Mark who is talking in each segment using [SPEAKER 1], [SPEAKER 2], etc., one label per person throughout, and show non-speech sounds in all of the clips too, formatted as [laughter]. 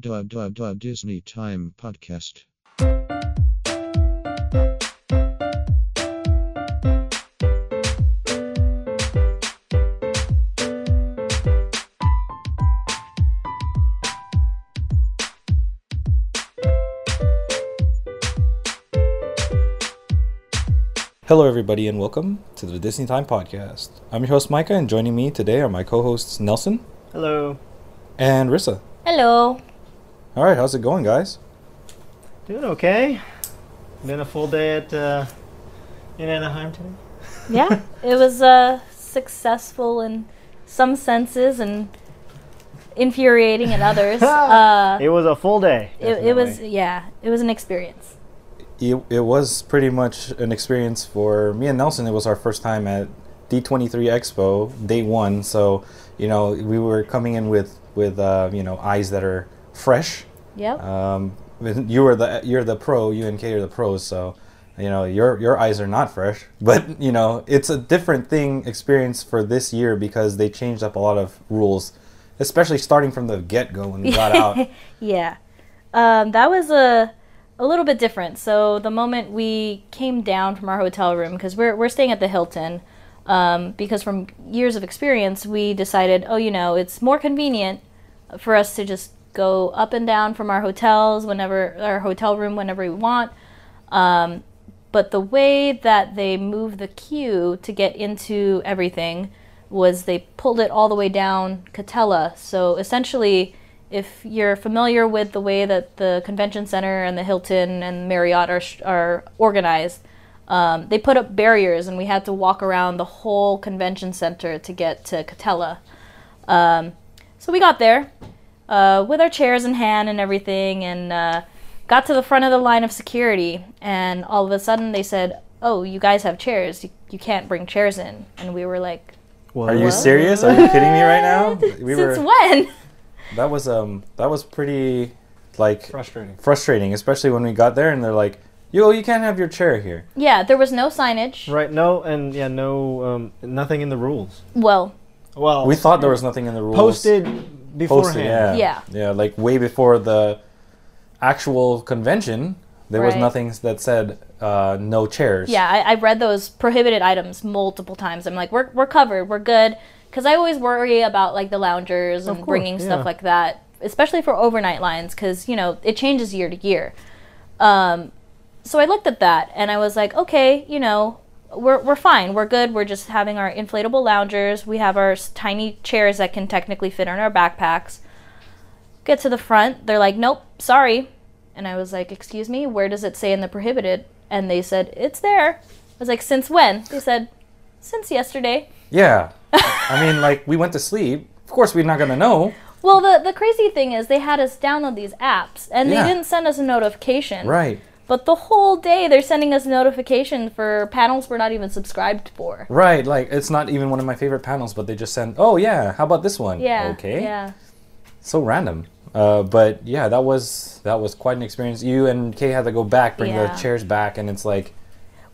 [SPEAKER 1] Duh, duh, duh, Disney Time Podcast.
[SPEAKER 2] Hello, everybody, and welcome to the Disney Time Podcast. I'm your host, Micah, and joining me today are my co hosts, Nelson
[SPEAKER 3] Hello.
[SPEAKER 2] and Rissa.
[SPEAKER 4] Hello.
[SPEAKER 2] All right, how's it going, guys?
[SPEAKER 3] Doing okay? Been a full day at uh, in Anaheim today.
[SPEAKER 4] Yeah, [laughs] it was uh, successful in some senses and infuriating in
[SPEAKER 3] [laughs]
[SPEAKER 4] others. Uh,
[SPEAKER 3] It was a full day.
[SPEAKER 4] it, it was
[SPEAKER 3] definitely.
[SPEAKER 4] yeah, it was an experience.
[SPEAKER 2] It, it was pretty much an experience for me and Nelson. It was our first time at D23 Expo, day one. So, you know, we were coming in with, with uh, you know, eyes that are fresh.
[SPEAKER 4] Yep.
[SPEAKER 3] Uh,
[SPEAKER 2] Um, you were the you're the pro. You and Kate are the pros, so you know your your eyes are not fresh. [laughs] But you know it's a different thing experience for this year because they changed up a lot of rules, especially starting from the get go when we got out.
[SPEAKER 4] Yeah, um, that was a a little bit different. So the moment we came down from our hotel room, because we're we're staying at the Hilton, um, because from years of experience, we decided, oh, you know, it's more convenient for us to just go up and down from our hotels whenever our hotel room whenever we want. Um, but the way that they moved the queue to get into everything was they pulled it all the way down Catella. So essentially, if you're familiar with the way that the convention center and the Hilton and Marriott are, are organized, um, they put up barriers and we had to walk around the whole convention center to get to Catella. Um, so we got there uh, with our chairs in hand and everything and uh, got to the front of the line of security. And all of a sudden they said, Oh, you guys have chairs. You, you can't bring chairs in. And we were like,
[SPEAKER 2] Are you serious? Are you kidding me right now? We
[SPEAKER 4] Since
[SPEAKER 2] were
[SPEAKER 4] when? [laughs]
[SPEAKER 2] that was um that was pretty like
[SPEAKER 3] frustrating?
[SPEAKER 2] frustrating, especially when we got there and they're like, "Yo, you can't have your chair here."
[SPEAKER 4] yeah, there was no signage.
[SPEAKER 3] Right. No, and yeah, no, um, nothing in the rules.
[SPEAKER 4] Well,
[SPEAKER 3] Well,
[SPEAKER 2] We thought there was nothing in the rules.
[SPEAKER 3] posted beforehand.
[SPEAKER 2] posted, yeah.
[SPEAKER 4] Yeah.
[SPEAKER 2] Yeah, like way before the actual convention, there was
[SPEAKER 4] Right.
[SPEAKER 2] nothing that said uh, no chairs.
[SPEAKER 4] Yeah, I, I read those prohibited items multiple times. I'm like, we're, we're covered, we're good. Because I always worry about like the loungers and
[SPEAKER 3] Mm-hmm. course,
[SPEAKER 4] bringing
[SPEAKER 3] yeah.
[SPEAKER 4] stuff like that, especially for overnight lines, because you know it changes year to year. Um, so I looked at that and I was like, okay, you know, we're we're fine, we're good. We're just having our inflatable loungers. We have our s- tiny chairs that can technically fit in our backpacks. Get to the front, they're like, nope, sorry, and I was like, Excuse me, where does it say in the prohibited? And they said, It's there. I was like, Since when? They said, Since yesterday.
[SPEAKER 2] Yeah. [laughs] I mean, like, we went to sleep. Of course, we're not going to know.
[SPEAKER 4] Well, the, the crazy thing is, they had us download these apps and
[SPEAKER 2] Yeah.
[SPEAKER 4] they didn't send us a notification.
[SPEAKER 2] Right.
[SPEAKER 4] But the whole day, they're sending us notification for panels we're not even subscribed for.
[SPEAKER 2] Right. Like, it's not even one of my favorite panels, but they just send, oh, yeah, how about this one?
[SPEAKER 4] Yeah.
[SPEAKER 2] Okay.
[SPEAKER 4] Yeah.
[SPEAKER 2] So random. Uh, but yeah, that was that was quite an experience. You and Kay had to go back, bring
[SPEAKER 4] Yeah.
[SPEAKER 2] the chairs back, and it's like,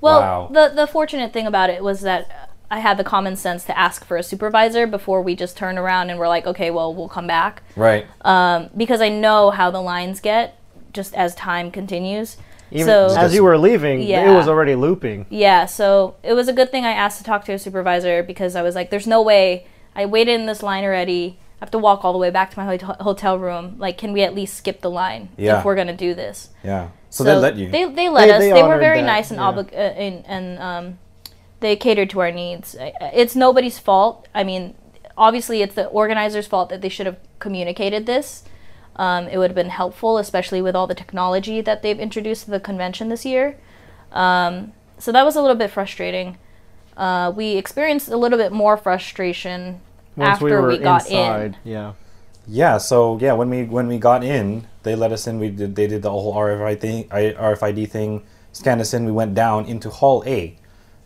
[SPEAKER 4] Well,
[SPEAKER 2] Wow.
[SPEAKER 4] the the fortunate thing about it was that I had the common sense to ask for a supervisor before we just turned around and were like, okay, well, we'll come back.
[SPEAKER 2] right,
[SPEAKER 4] Uh, because I know how the lines get just as time continues.
[SPEAKER 3] Even
[SPEAKER 4] so
[SPEAKER 3] as you were leaving, it
[SPEAKER 4] Yeah.
[SPEAKER 3] was already looping.
[SPEAKER 4] yeah, so it was a good thing I asked to talk to a supervisor because I was like, "There's no way I waited in this line already. I have to walk all the way back to my hotel hotel room. Like, can we at least skip the line
[SPEAKER 2] Yeah.
[SPEAKER 4] if we're gonna do this?"
[SPEAKER 2] yeah. So, they let you.
[SPEAKER 4] They, they let
[SPEAKER 3] They-
[SPEAKER 4] us.
[SPEAKER 3] they
[SPEAKER 4] They, were
[SPEAKER 3] honored
[SPEAKER 4] very
[SPEAKER 3] that,
[SPEAKER 4] nice and
[SPEAKER 3] yeah.
[SPEAKER 4] obli- uh, and, and um, they catered to our needs. I- I- It's nobody's fault. I mean, obviously, it's the organizer's fault that they should have communicated this. Um, it would have been helpful, especially with all the technology that they've introduced to the convention this year. Um, so that was a little bit frustrating. Uh, we experienced a little bit more frustration
[SPEAKER 3] Once
[SPEAKER 4] after
[SPEAKER 3] we
[SPEAKER 4] we,
[SPEAKER 3] were
[SPEAKER 4] got in.
[SPEAKER 3] inside. Yeah.
[SPEAKER 2] Yeah, so yeah, when we when we got in, they let us in. We did they did the whole RFID thing, I- RFID thing, scanned us in. We went down into Hall A,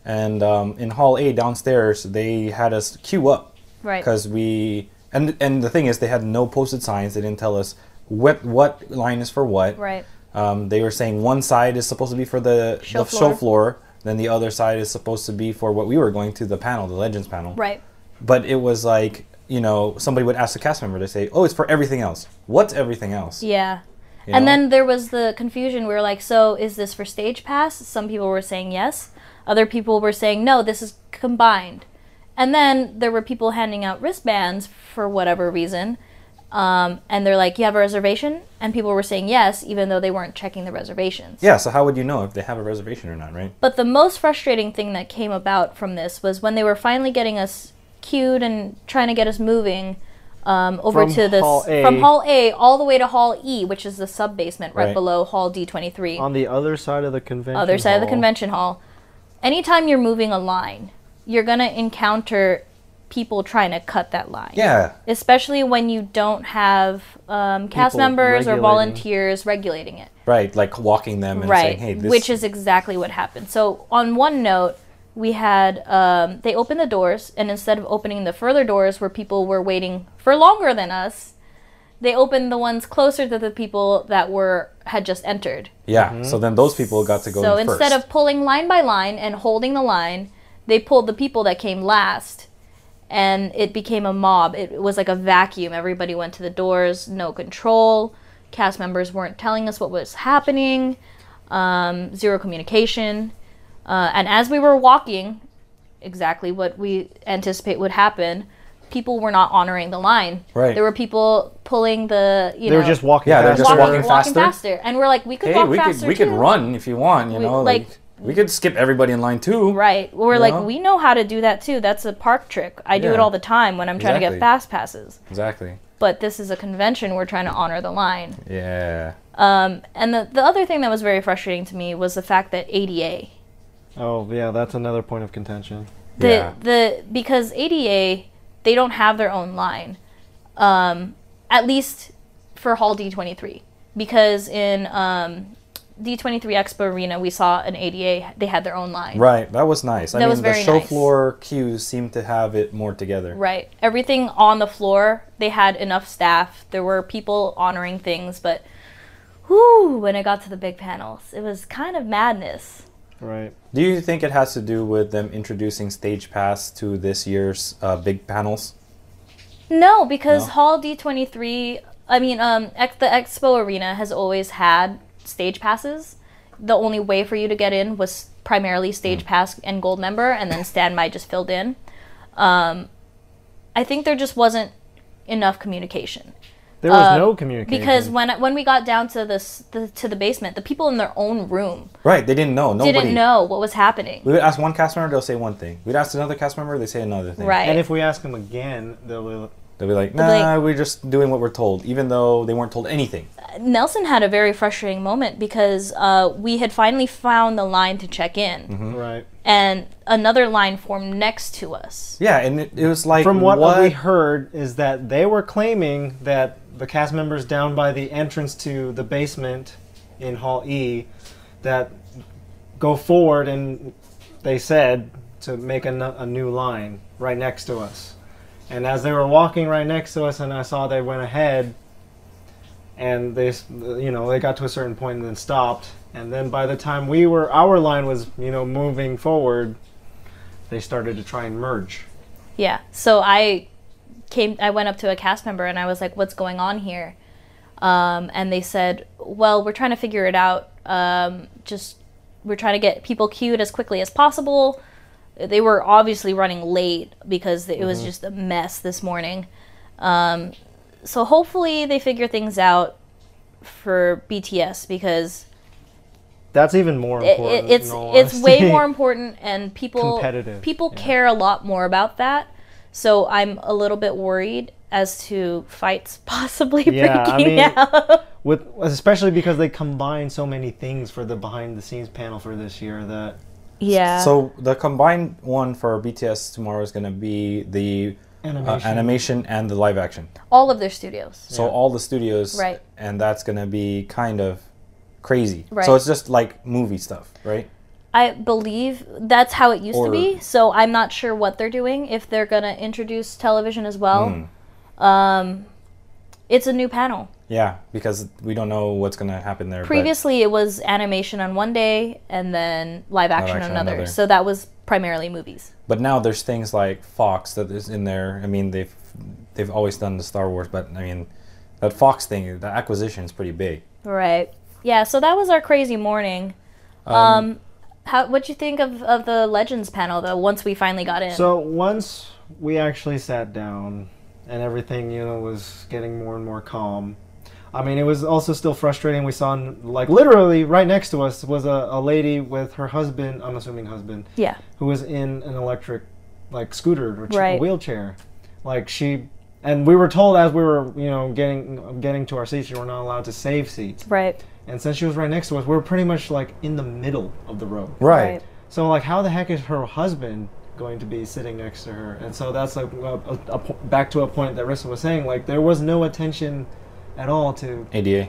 [SPEAKER 2] and um, in Hall A downstairs, they had us queue up
[SPEAKER 4] Right.
[SPEAKER 2] because we and and the thing is, they had no posted signs. They didn't tell us what what line is for what.
[SPEAKER 4] Right.
[SPEAKER 2] Um, they were saying one side is supposed to be for the
[SPEAKER 4] Show
[SPEAKER 2] the
[SPEAKER 4] floor.
[SPEAKER 2] show floor, then the other side is supposed to be for what we were going to the panel, the Legends panel
[SPEAKER 4] Right.
[SPEAKER 2] but it was like you know, somebody would ask the cast member to say, "Oh, it's for everything else." What's everything else?
[SPEAKER 4] Yeah.
[SPEAKER 2] You
[SPEAKER 4] and
[SPEAKER 2] know?
[SPEAKER 4] then there was the confusion. We were like, so is this for stage pass? Some people were saying yes. Other people were saying no, this is combined. And then there were people handing out wristbands for whatever reason. Um, and they're like, you have a reservation? And people were saying yes, even though they weren't checking the reservations.
[SPEAKER 2] yeah. So how would you know if they have a reservation or not, right?
[SPEAKER 4] But the most frustrating thing that came about from this was when they were finally getting us cued and trying to get us moving um, over
[SPEAKER 3] From
[SPEAKER 4] to this
[SPEAKER 3] Hall A.
[SPEAKER 4] from Hall A all the way to Hall E, which is the sub basement right,
[SPEAKER 2] Right.
[SPEAKER 4] below Hall D twenty three,
[SPEAKER 3] on the other side of the convention.
[SPEAKER 4] other side of the
[SPEAKER 3] hall.
[SPEAKER 4] convention hall. Anytime you're moving a line, you're gonna encounter people trying to cut that line
[SPEAKER 2] Yeah.
[SPEAKER 4] especially when you don't have um, cast
[SPEAKER 3] People
[SPEAKER 4] members or
[SPEAKER 3] regulating.
[SPEAKER 4] volunteers regulating it
[SPEAKER 2] Right. Like walking them and saying,
[SPEAKER 4] right
[SPEAKER 2] "Hey, this."
[SPEAKER 4] which is exactly what happened so on one note we had um, they opened the doors and instead of opening the further doors where people were waiting for longer than us they opened the ones closer to the people that were had just entered
[SPEAKER 2] yeah. So then those people got to go.
[SPEAKER 4] so
[SPEAKER 2] in
[SPEAKER 4] instead
[SPEAKER 2] first.
[SPEAKER 4] of pulling line by line and holding the line they pulled the people that came last and it became a mob it was like a vacuum everybody went to the doors no control cast members weren't telling us what was happening um, zero communication uh, and as we were walking exactly what we anticipate would happen people were not honoring the line
[SPEAKER 2] Right.
[SPEAKER 4] there were people pulling the you
[SPEAKER 3] They
[SPEAKER 4] know
[SPEAKER 3] were just walking.
[SPEAKER 2] Yeah, they're
[SPEAKER 3] past
[SPEAKER 2] just
[SPEAKER 3] her.
[SPEAKER 4] walking,
[SPEAKER 2] walking faster.
[SPEAKER 4] and we're like we could
[SPEAKER 2] hey,
[SPEAKER 4] walk
[SPEAKER 2] we could
[SPEAKER 4] faster
[SPEAKER 2] we could
[SPEAKER 4] too.
[SPEAKER 2] run if you want. You
[SPEAKER 4] We-
[SPEAKER 2] know,
[SPEAKER 4] like-
[SPEAKER 2] like, we could skip everybody in line too.
[SPEAKER 4] Right. Well, we're
[SPEAKER 2] You
[SPEAKER 4] like,
[SPEAKER 2] know?
[SPEAKER 4] we know how to do that too. That's a park trick. I do it
[SPEAKER 2] Yeah.
[SPEAKER 4] all the time when I'm trying to get
[SPEAKER 2] Exactly.
[SPEAKER 4] fast passes.
[SPEAKER 2] Exactly.
[SPEAKER 4] But this is a convention. We're trying to honor the line. Um,
[SPEAKER 2] Yeah.
[SPEAKER 4] And the, the other thing that was very frustrating to me was the fact that ADA,
[SPEAKER 3] Oh yeah, that's another point of contention.
[SPEAKER 4] the
[SPEAKER 2] Yeah.
[SPEAKER 4] the because ADA, they don't have their own line, um, at least for Hall D23. Because in um, D23 Expo Arena, we saw an ADA. They had their own line.
[SPEAKER 2] Right. That was nice. I
[SPEAKER 4] That
[SPEAKER 2] mean,
[SPEAKER 4] was very
[SPEAKER 2] the show
[SPEAKER 4] nice.
[SPEAKER 2] floor queues seem to have it more together.
[SPEAKER 4] Right. Everything on the floor, they had enough staff. There were people honoring things, but whew, when it got to the big panels, it was kind of madness.
[SPEAKER 3] Right.
[SPEAKER 2] Do you think it has to do with them introducing Stage Pass to this year's uh, big panels?
[SPEAKER 4] No, because
[SPEAKER 2] No.
[SPEAKER 4] Hall D23, I mean, um, ex- the Expo Arena has always had stage passes. The only way for you to get in was primarily stage pass and gold member, and then standby just filled in. Um, I think there just wasn't enough communication.
[SPEAKER 3] There was
[SPEAKER 4] Uh,
[SPEAKER 3] no communication.
[SPEAKER 4] because when when we got down to this the, to the basement, the people in their own room
[SPEAKER 2] Right. They didn't know. Nobody.
[SPEAKER 4] didn't know what was happening.
[SPEAKER 2] We would ask one cast member, they'll say one thing. We'd ask another cast member, they say another thing.
[SPEAKER 4] Right.
[SPEAKER 3] and if we ask them again, they'll be
[SPEAKER 2] They'll be like,
[SPEAKER 4] They'll be like-
[SPEAKER 2] nah, we're just doing what we're told, even though they weren't told anything.
[SPEAKER 4] Nelson had a very frustrating moment because uh, we had finally found the line to check in,
[SPEAKER 3] right.
[SPEAKER 4] and another line formed next to us.
[SPEAKER 2] Yeah, and it, it was like,
[SPEAKER 3] From what, we heard is that they were claiming that the cast members down by the entrance to the basement in Hall E that go forward and they said to make a, nu- a new line right next to us. And as they were walking right next to us, and I saw they went ahead, and they, s- you know, they got to a certain point and then stopped. And then by the time we were, our line was, you know, moving forward, they started to try and merge.
[SPEAKER 4] Yeah. So I came. I went up to a cast member and I was like, "What's going on here?" Um, and they said, "Well, we're trying to figure it out. Um, just we're trying to get people queued as quickly as possible." They were obviously running late because it was just a mess this morning. Um, so hopefully they figure things out for BTS because
[SPEAKER 3] That's even more
[SPEAKER 4] it,
[SPEAKER 3] important.
[SPEAKER 4] it, it's
[SPEAKER 3] in all
[SPEAKER 4] it's way
[SPEAKER 3] honesty. [laughs]
[SPEAKER 4] more important and people
[SPEAKER 3] Competitive,
[SPEAKER 4] people
[SPEAKER 3] yeah.
[SPEAKER 4] care a lot more about that so i'm a little bit worried as to fights [laughs] possibly
[SPEAKER 3] Yeah, I
[SPEAKER 4] breaking
[SPEAKER 3] mean-
[SPEAKER 4] [laughs] out
[SPEAKER 3] with especially because they combine so many things for the behind the scenes panel for this year that
[SPEAKER 4] yeah
[SPEAKER 2] So the combined one for BTS tomorrow is going to be the uh,
[SPEAKER 3] animation.
[SPEAKER 2] animation and the live action.
[SPEAKER 4] all of their studios
[SPEAKER 2] So all the studios,
[SPEAKER 4] Right.
[SPEAKER 2] And that's gonna be kind of crazy.
[SPEAKER 4] Right.
[SPEAKER 2] So it's just like movie stuff, right?
[SPEAKER 4] i believe that's how it used to
[SPEAKER 2] Or-
[SPEAKER 4] be so i'm not sure what they're doing if they're going to introduce television as well um,
[SPEAKER 3] Hmm.
[SPEAKER 4] it's a new panel
[SPEAKER 2] Yeah, because we don't know what's gonna happen there. but-
[SPEAKER 4] previously it was animation on one day and then live action,
[SPEAKER 2] action
[SPEAKER 4] on another.
[SPEAKER 2] another.
[SPEAKER 4] so that was primarily movies
[SPEAKER 2] but, now there's things like Fox that is in there. I mean, they've they've always done the Star Wars, but I mean, that Fox thing, the acquisition is pretty big.
[SPEAKER 4] Right. Yeah. So that was our crazy morning. Um, how what'd you think of of the Legends panel though? Once we finally got in.
[SPEAKER 3] So once we actually sat down and everything, you know, was getting more and more calm. I mean, it was also still frustrating. We saw, like, literally right next to us was a, a lady with her husband, I'm assuming husband,
[SPEAKER 4] yeah.
[SPEAKER 3] who was in an electric, like, scooter or ch-
[SPEAKER 4] Right.
[SPEAKER 3] wheelchair. Like, she, and we were told as we were, you know, getting getting to our seats, you were not allowed to save seats.
[SPEAKER 4] Right.
[SPEAKER 3] And since she was right next to us, we were pretty much, like, in the middle of the road.
[SPEAKER 4] Right.
[SPEAKER 3] So like, how the heck is her husband going to be sitting next to her? And so that's like a, a, a po- back to a point that Rissa was saying. Like, there was no attention at all to
[SPEAKER 2] ADA.
[SPEAKER 4] To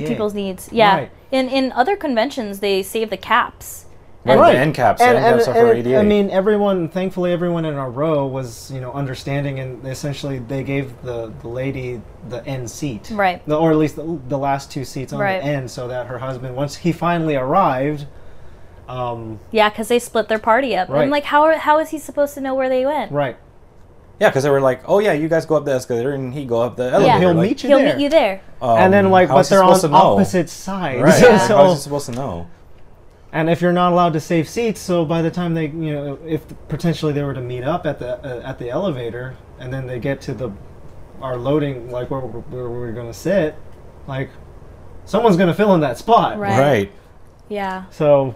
[SPEAKER 3] ADA.
[SPEAKER 4] people's needs. Yeah.
[SPEAKER 3] Right.
[SPEAKER 4] In in other conventions, they save the caps.
[SPEAKER 2] Right.
[SPEAKER 3] Right.
[SPEAKER 2] The end caps.
[SPEAKER 3] And,
[SPEAKER 2] the end
[SPEAKER 3] and,
[SPEAKER 2] caps are for E
[SPEAKER 3] and-
[SPEAKER 2] ADA.
[SPEAKER 3] I mean, everyone. Thankfully, everyone in our row was you know understanding, and essentially they gave the, the lady the end seat,
[SPEAKER 4] Right.
[SPEAKER 3] The, or at least the, the last two seats on
[SPEAKER 4] Right.
[SPEAKER 3] the end, so that her husband, once he finally arrived, um,
[SPEAKER 4] Yeah, because they split their party up.
[SPEAKER 3] Right.
[SPEAKER 4] I'm like, how are, how is he supposed to know where they went?
[SPEAKER 3] right,
[SPEAKER 2] yeah, because they were like, oh, yeah, you guys go up the escalator and he go up the elevator.
[SPEAKER 4] Yeah.
[SPEAKER 3] he'll
[SPEAKER 2] like,
[SPEAKER 3] meet you
[SPEAKER 4] He'll
[SPEAKER 3] there,
[SPEAKER 4] meet you there.
[SPEAKER 2] um,
[SPEAKER 3] and then like,
[SPEAKER 2] how
[SPEAKER 3] but
[SPEAKER 2] is he
[SPEAKER 3] they're on
[SPEAKER 2] supposed to know? [laughs]
[SPEAKER 3] opposite sides,
[SPEAKER 2] Right.
[SPEAKER 4] Yeah.
[SPEAKER 2] Like,
[SPEAKER 3] [laughs] so
[SPEAKER 2] How is he supposed to know?
[SPEAKER 3] And if you're not allowed to save seats, so by the time they, you know, if potentially they were to meet up at the uh, at the elevator, and then they get to the our loading, like where, we're- where we're gonna sit, like someone's gonna fill in that spot.
[SPEAKER 4] Right.
[SPEAKER 2] Right.
[SPEAKER 4] Yeah.
[SPEAKER 3] So,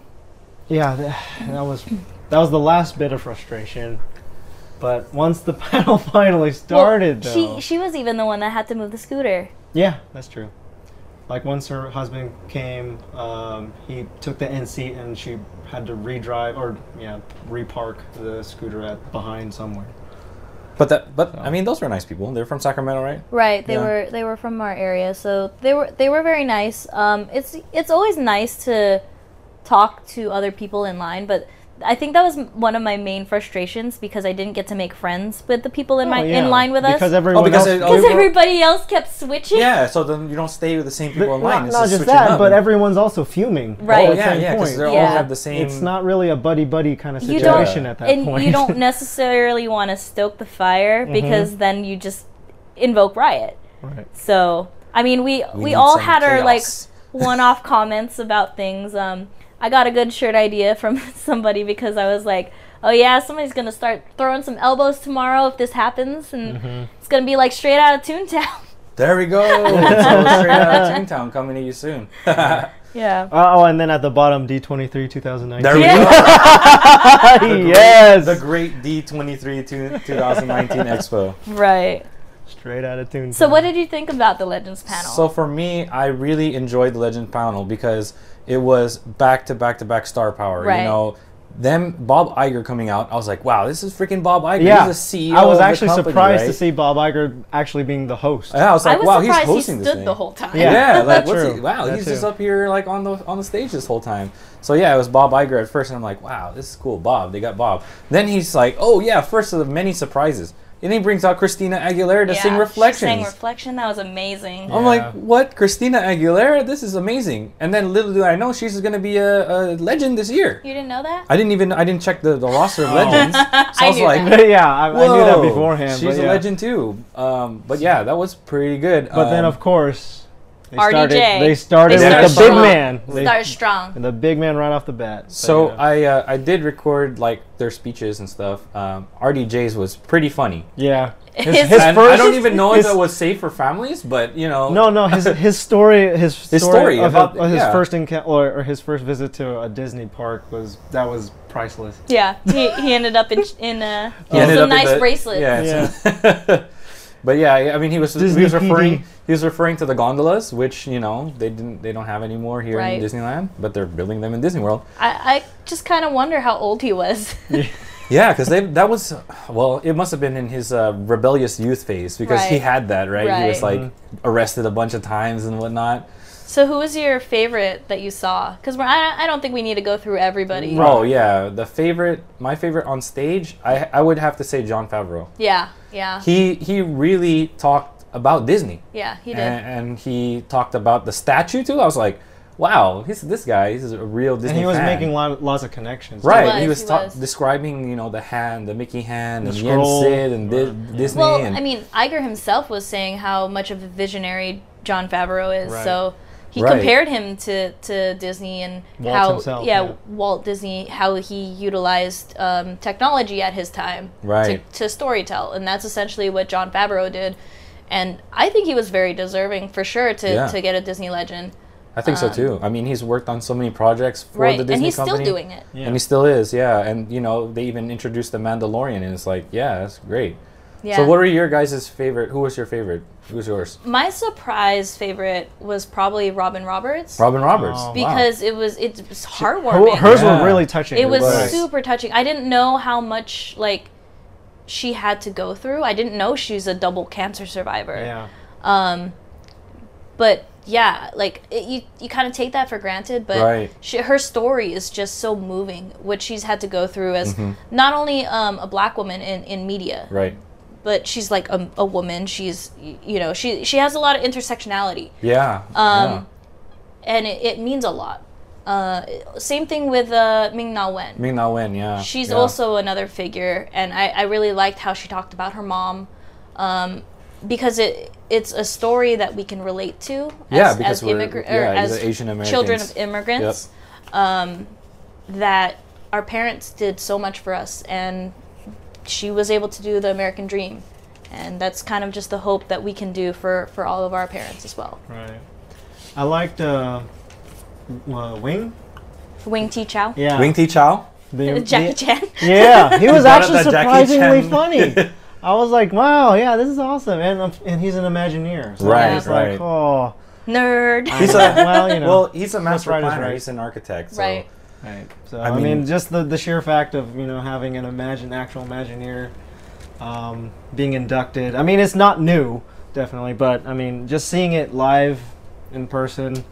[SPEAKER 3] yeah, th- that was that was the last bit of frustration. But once the [laughs] panel finally started,
[SPEAKER 4] Well,
[SPEAKER 3] though,
[SPEAKER 4] She she was even the one that had to move the scooter.
[SPEAKER 3] yeah, that's true. Like once her husband came, um, he took the end seat and she had to redrive or yeah, repark the scooter at behind somewhere.
[SPEAKER 2] But that, but I mean, those were nice people. They're from Sacramento, right?
[SPEAKER 4] Right. They
[SPEAKER 2] Yeah.
[SPEAKER 4] were they were from our area, so they were they were very nice. Um, it's it's always nice to talk to other people in line, but I think that was m- one of my main frustrations because I didn't get to make friends with the people in my in line with
[SPEAKER 3] Oh, because
[SPEAKER 4] us
[SPEAKER 3] everyone
[SPEAKER 2] Oh, because
[SPEAKER 3] else,
[SPEAKER 2] it-
[SPEAKER 4] because
[SPEAKER 2] Oh,
[SPEAKER 4] everybody else kept switching.
[SPEAKER 2] Yeah. So then you don't stay with the same people in line.
[SPEAKER 3] not,
[SPEAKER 2] It's
[SPEAKER 3] not just
[SPEAKER 2] switching
[SPEAKER 3] that,
[SPEAKER 2] up.
[SPEAKER 3] but everyone's also fuming.
[SPEAKER 4] Right.
[SPEAKER 2] Oh
[SPEAKER 3] all at the
[SPEAKER 2] yeah,
[SPEAKER 3] same
[SPEAKER 2] yeah, because
[SPEAKER 3] point.
[SPEAKER 2] they all
[SPEAKER 4] Yeah.
[SPEAKER 2] have the same.
[SPEAKER 3] It's not really a buddy buddy kind of
[SPEAKER 4] You don't-
[SPEAKER 3] situation at that
[SPEAKER 4] and
[SPEAKER 3] point. Mm-hmm. [laughs]
[SPEAKER 4] you don't necessarily want to stoke the fire because then you just invoke riot.
[SPEAKER 3] right.
[SPEAKER 4] So I mean, we we,
[SPEAKER 2] need
[SPEAKER 4] all
[SPEAKER 2] some
[SPEAKER 4] had our like
[SPEAKER 2] chaos.
[SPEAKER 4] [laughs] one-off comments about things. Um, I got a good shirt idea from [laughs] somebody because I was like, "Oh yeah, somebody's gonna start throwing some elbows tomorrow if this happens, and
[SPEAKER 3] Mm-hmm.
[SPEAKER 4] it's gonna be like straight out of Toontown." [laughs]
[SPEAKER 2] There
[SPEAKER 3] [laughs]
[SPEAKER 2] we go. it's all straight out of Toontown coming to you soon. [laughs] there
[SPEAKER 4] yeah.
[SPEAKER 3] Oh, and then at the bottom, D twenty three, two thousand
[SPEAKER 2] we go.
[SPEAKER 3] nineteen. [laughs]
[SPEAKER 4] [laughs]
[SPEAKER 3] Yes,
[SPEAKER 2] The great D23 two- 2019
[SPEAKER 3] [laughs]
[SPEAKER 2] Expo.
[SPEAKER 4] Right.
[SPEAKER 3] straight out of tune.
[SPEAKER 4] So what did you think about the Legends panel?
[SPEAKER 2] So for me, I really enjoyed the Legend panel because it was back to back to back star power.
[SPEAKER 4] Right.
[SPEAKER 2] You know, them Bob Iger coming out, I was like, wow, this is freaking Bob Iger.
[SPEAKER 3] Yeah,
[SPEAKER 2] He's the CEO.
[SPEAKER 3] I was
[SPEAKER 2] of the
[SPEAKER 3] actually
[SPEAKER 2] company,
[SPEAKER 3] surprised to
[SPEAKER 2] right?
[SPEAKER 3] see Bob Iger actually being the host.
[SPEAKER 2] Yeah, I was
[SPEAKER 4] I
[SPEAKER 2] like,
[SPEAKER 4] was
[SPEAKER 2] wow, he's
[SPEAKER 4] surprised
[SPEAKER 2] hosting
[SPEAKER 4] he
[SPEAKER 2] this
[SPEAKER 4] stood
[SPEAKER 2] thing.
[SPEAKER 4] the whole time.
[SPEAKER 3] Yeah. [laughs]
[SPEAKER 2] Yeah, like
[SPEAKER 3] That's
[SPEAKER 2] what's
[SPEAKER 3] true.
[SPEAKER 2] he, wow,
[SPEAKER 3] That
[SPEAKER 2] he's
[SPEAKER 3] too.
[SPEAKER 2] just up here like on the on the stage this whole time. So yeah, it was Bob Iger at first, and I'm like, wow, this is cool, Bob. They got Bob. Then he's like, oh yeah, first of the many surprises. And he brings out Christina Aguilera to
[SPEAKER 4] Yeah,
[SPEAKER 2] sing
[SPEAKER 4] she
[SPEAKER 2] Reflections.
[SPEAKER 4] Sang reflection. That was amazing.
[SPEAKER 2] I'm
[SPEAKER 3] Yeah.
[SPEAKER 2] like, what, Christina Aguilera? This is amazing. And then little do I know, she's going to be a, a legend this year.
[SPEAKER 4] You didn't know that?
[SPEAKER 2] I didn't even I didn't check the, the roster of legends. So I,
[SPEAKER 4] [laughs] I
[SPEAKER 2] was
[SPEAKER 4] knew
[SPEAKER 2] like,
[SPEAKER 3] [laughs]
[SPEAKER 4] that.
[SPEAKER 3] yeah, I, Oh. I knew that
[SPEAKER 2] whoa,
[SPEAKER 3] beforehand.
[SPEAKER 2] She's
[SPEAKER 3] but
[SPEAKER 2] a
[SPEAKER 3] yeah.
[SPEAKER 2] legend too. Um, but yeah, that was pretty good.
[SPEAKER 3] But
[SPEAKER 2] Um,
[SPEAKER 3] then, of course, they
[SPEAKER 4] RDJ.
[SPEAKER 3] started. They started
[SPEAKER 2] They
[SPEAKER 3] with the
[SPEAKER 2] started
[SPEAKER 3] big
[SPEAKER 2] strong.
[SPEAKER 3] man. They- [laughs]
[SPEAKER 4] Start strong.
[SPEAKER 3] the big man right off the bat.
[SPEAKER 2] So
[SPEAKER 3] yeah.
[SPEAKER 2] I uh, I did record like their speeches and stuff. Um, RDJ's was pretty funny.
[SPEAKER 4] [laughs]
[SPEAKER 3] yeah.
[SPEAKER 4] His-
[SPEAKER 3] his
[SPEAKER 2] And
[SPEAKER 3] first-
[SPEAKER 2] I don't even know
[SPEAKER 3] his-
[SPEAKER 2] if it was safe for families, but you know.
[SPEAKER 3] No,
[SPEAKER 2] [laughs]
[SPEAKER 3] no, his his story, his story,
[SPEAKER 2] story
[SPEAKER 3] of,
[SPEAKER 2] about-
[SPEAKER 3] of his
[SPEAKER 2] yeah.
[SPEAKER 3] first encounter or, or his first visit to a Disney park was that was priceless.
[SPEAKER 4] Yeah. He, he ended up in in uh,
[SPEAKER 2] [laughs] He ended
[SPEAKER 4] some
[SPEAKER 2] up in
[SPEAKER 4] nice
[SPEAKER 2] the-
[SPEAKER 4] bracelets.
[SPEAKER 2] Yeah. it's- but yeah, I mean, he was
[SPEAKER 3] Disney
[SPEAKER 2] he was referring
[SPEAKER 3] PD.
[SPEAKER 2] he was referring to the gondolas, which you know they didn't they don't have anymore here in
[SPEAKER 4] Right.
[SPEAKER 2] Disneyland, but they're building them in Disney World.
[SPEAKER 4] I, I just kind of wonder how old he was.
[SPEAKER 2] Yeah, because they that was well, it must have been in his uh, rebellious youth phase because he
[SPEAKER 4] Right.
[SPEAKER 2] had that right. He was
[SPEAKER 4] Right.
[SPEAKER 2] like arrested a bunch of times and whatnot.
[SPEAKER 4] [laughs] so, who was your favorite that you saw? Because I, I don't think we need to go through everybody.
[SPEAKER 2] Oh yeah, the favorite, my favorite on stage, I I would have to say John Favreau.
[SPEAKER 4] Yeah, yeah,
[SPEAKER 2] He he really talked about Disney,
[SPEAKER 4] yeah. He did.
[SPEAKER 2] and, and he talked about the statue too. I was like, wow, he's this guy. He's a real Disney.
[SPEAKER 3] and he was
[SPEAKER 2] fan."
[SPEAKER 3] making lo- lots of connections.
[SPEAKER 2] Right,
[SPEAKER 4] was,
[SPEAKER 2] he was,
[SPEAKER 4] he
[SPEAKER 2] ta-
[SPEAKER 4] was.
[SPEAKER 2] describing, you know, the hand, the Mickey hand,
[SPEAKER 3] The
[SPEAKER 2] and
[SPEAKER 3] scroll.
[SPEAKER 2] Yen Sid, and Di- Disney.
[SPEAKER 4] Well,
[SPEAKER 2] and
[SPEAKER 4] I mean, Iger himself was saying how much of a visionary John Favreau is.
[SPEAKER 3] Right.
[SPEAKER 4] So he
[SPEAKER 2] Right.
[SPEAKER 4] compared him to, to Disney and
[SPEAKER 3] Walt
[SPEAKER 4] how
[SPEAKER 3] himself,
[SPEAKER 4] yeah,
[SPEAKER 3] yeah.
[SPEAKER 4] Walt Disney how he utilized um, technology at his time
[SPEAKER 2] Right.
[SPEAKER 4] to, to storytell, and that's essentially what John Favreau did. And I think he was very deserving for sure to,
[SPEAKER 2] Yeah.
[SPEAKER 4] to get a Disney legend.
[SPEAKER 2] I think so too. I mean, he's worked on so many projects for
[SPEAKER 4] um, right.
[SPEAKER 2] the Disney
[SPEAKER 4] and he's
[SPEAKER 2] company,
[SPEAKER 4] still doing it.
[SPEAKER 3] Yeah.
[SPEAKER 2] and he still is. Yeah, and you know, they even introduced the Mandalorian, and it's like, yeah, that's great.
[SPEAKER 4] Yeah.
[SPEAKER 2] So, what are your guys' favorite? Who was your favorite? Who was yours?
[SPEAKER 4] My surprise favorite was probably Robin Roberts.
[SPEAKER 2] Robin Roberts.
[SPEAKER 3] Oh, wow.
[SPEAKER 4] because it was it's heartwarming.
[SPEAKER 3] Her, hers
[SPEAKER 2] Yeah.
[SPEAKER 3] were really touching.
[SPEAKER 4] it was
[SPEAKER 2] Right.
[SPEAKER 4] super touching i didn't know how much like she had to go through i didn't know she's a double cancer survivor
[SPEAKER 3] Yeah.
[SPEAKER 4] but yeah like it, you, you kind of take that for granted but
[SPEAKER 2] Right.
[SPEAKER 4] she, her story is just so moving what she's had to go through as
[SPEAKER 2] Mm-hmm.
[SPEAKER 4] not only um, a black woman in, in media
[SPEAKER 2] Right.
[SPEAKER 4] but she's like a, a woman she's y- you know she, she has a lot of intersectionality
[SPEAKER 2] Yeah.
[SPEAKER 4] Um, and it, it means a lot uh, same thing with uh, ming na wen
[SPEAKER 2] yeah. Ming Na Wen. Yeah.
[SPEAKER 4] she's
[SPEAKER 2] yeah.
[SPEAKER 4] also another figure and I, I really liked how she talked about her mom um, because it it's a story that we can relate to
[SPEAKER 2] Yeah,
[SPEAKER 4] as,
[SPEAKER 2] because
[SPEAKER 4] as,
[SPEAKER 2] we're-
[SPEAKER 4] immigra- or
[SPEAKER 2] yeah, as
[SPEAKER 4] as
[SPEAKER 2] Asian
[SPEAKER 4] children
[SPEAKER 2] Americans.
[SPEAKER 4] of immigrants um, that our parents did so much for us and she was able to do the american dream and that's kind of just the hope that we can do for, for all of our parents as well
[SPEAKER 3] Right. I liked uh, uh, Wing.
[SPEAKER 4] wing ti chow
[SPEAKER 3] Yeah.
[SPEAKER 2] Wing Ti Chow.
[SPEAKER 3] The-
[SPEAKER 4] [laughs] jackie
[SPEAKER 2] [laughs]
[SPEAKER 3] the-
[SPEAKER 4] chan
[SPEAKER 3] Yeah, he was
[SPEAKER 2] brought up that
[SPEAKER 3] actually
[SPEAKER 2] Jackie
[SPEAKER 3] surprisingly
[SPEAKER 2] Chan.
[SPEAKER 3] funny.
[SPEAKER 2] [laughs]
[SPEAKER 3] I was like, wow, yeah, this is awesome, and um, and he's an Imagineer. So
[SPEAKER 2] Right,
[SPEAKER 3] I was
[SPEAKER 2] right.
[SPEAKER 3] like, oh,
[SPEAKER 4] nerd
[SPEAKER 2] He's a
[SPEAKER 3] [laughs] well, you know,
[SPEAKER 2] Well, he's a master
[SPEAKER 3] right is
[SPEAKER 2] planner.
[SPEAKER 3] right.
[SPEAKER 2] He's an architect. So.
[SPEAKER 4] right
[SPEAKER 3] Right. So
[SPEAKER 2] I
[SPEAKER 3] I mean,
[SPEAKER 2] mean-
[SPEAKER 3] just the, the sheer fact of you know having an imagine actual Imagineer um, being inducted. I mean, it's not new, definitely, but I mean, just seeing it live in person.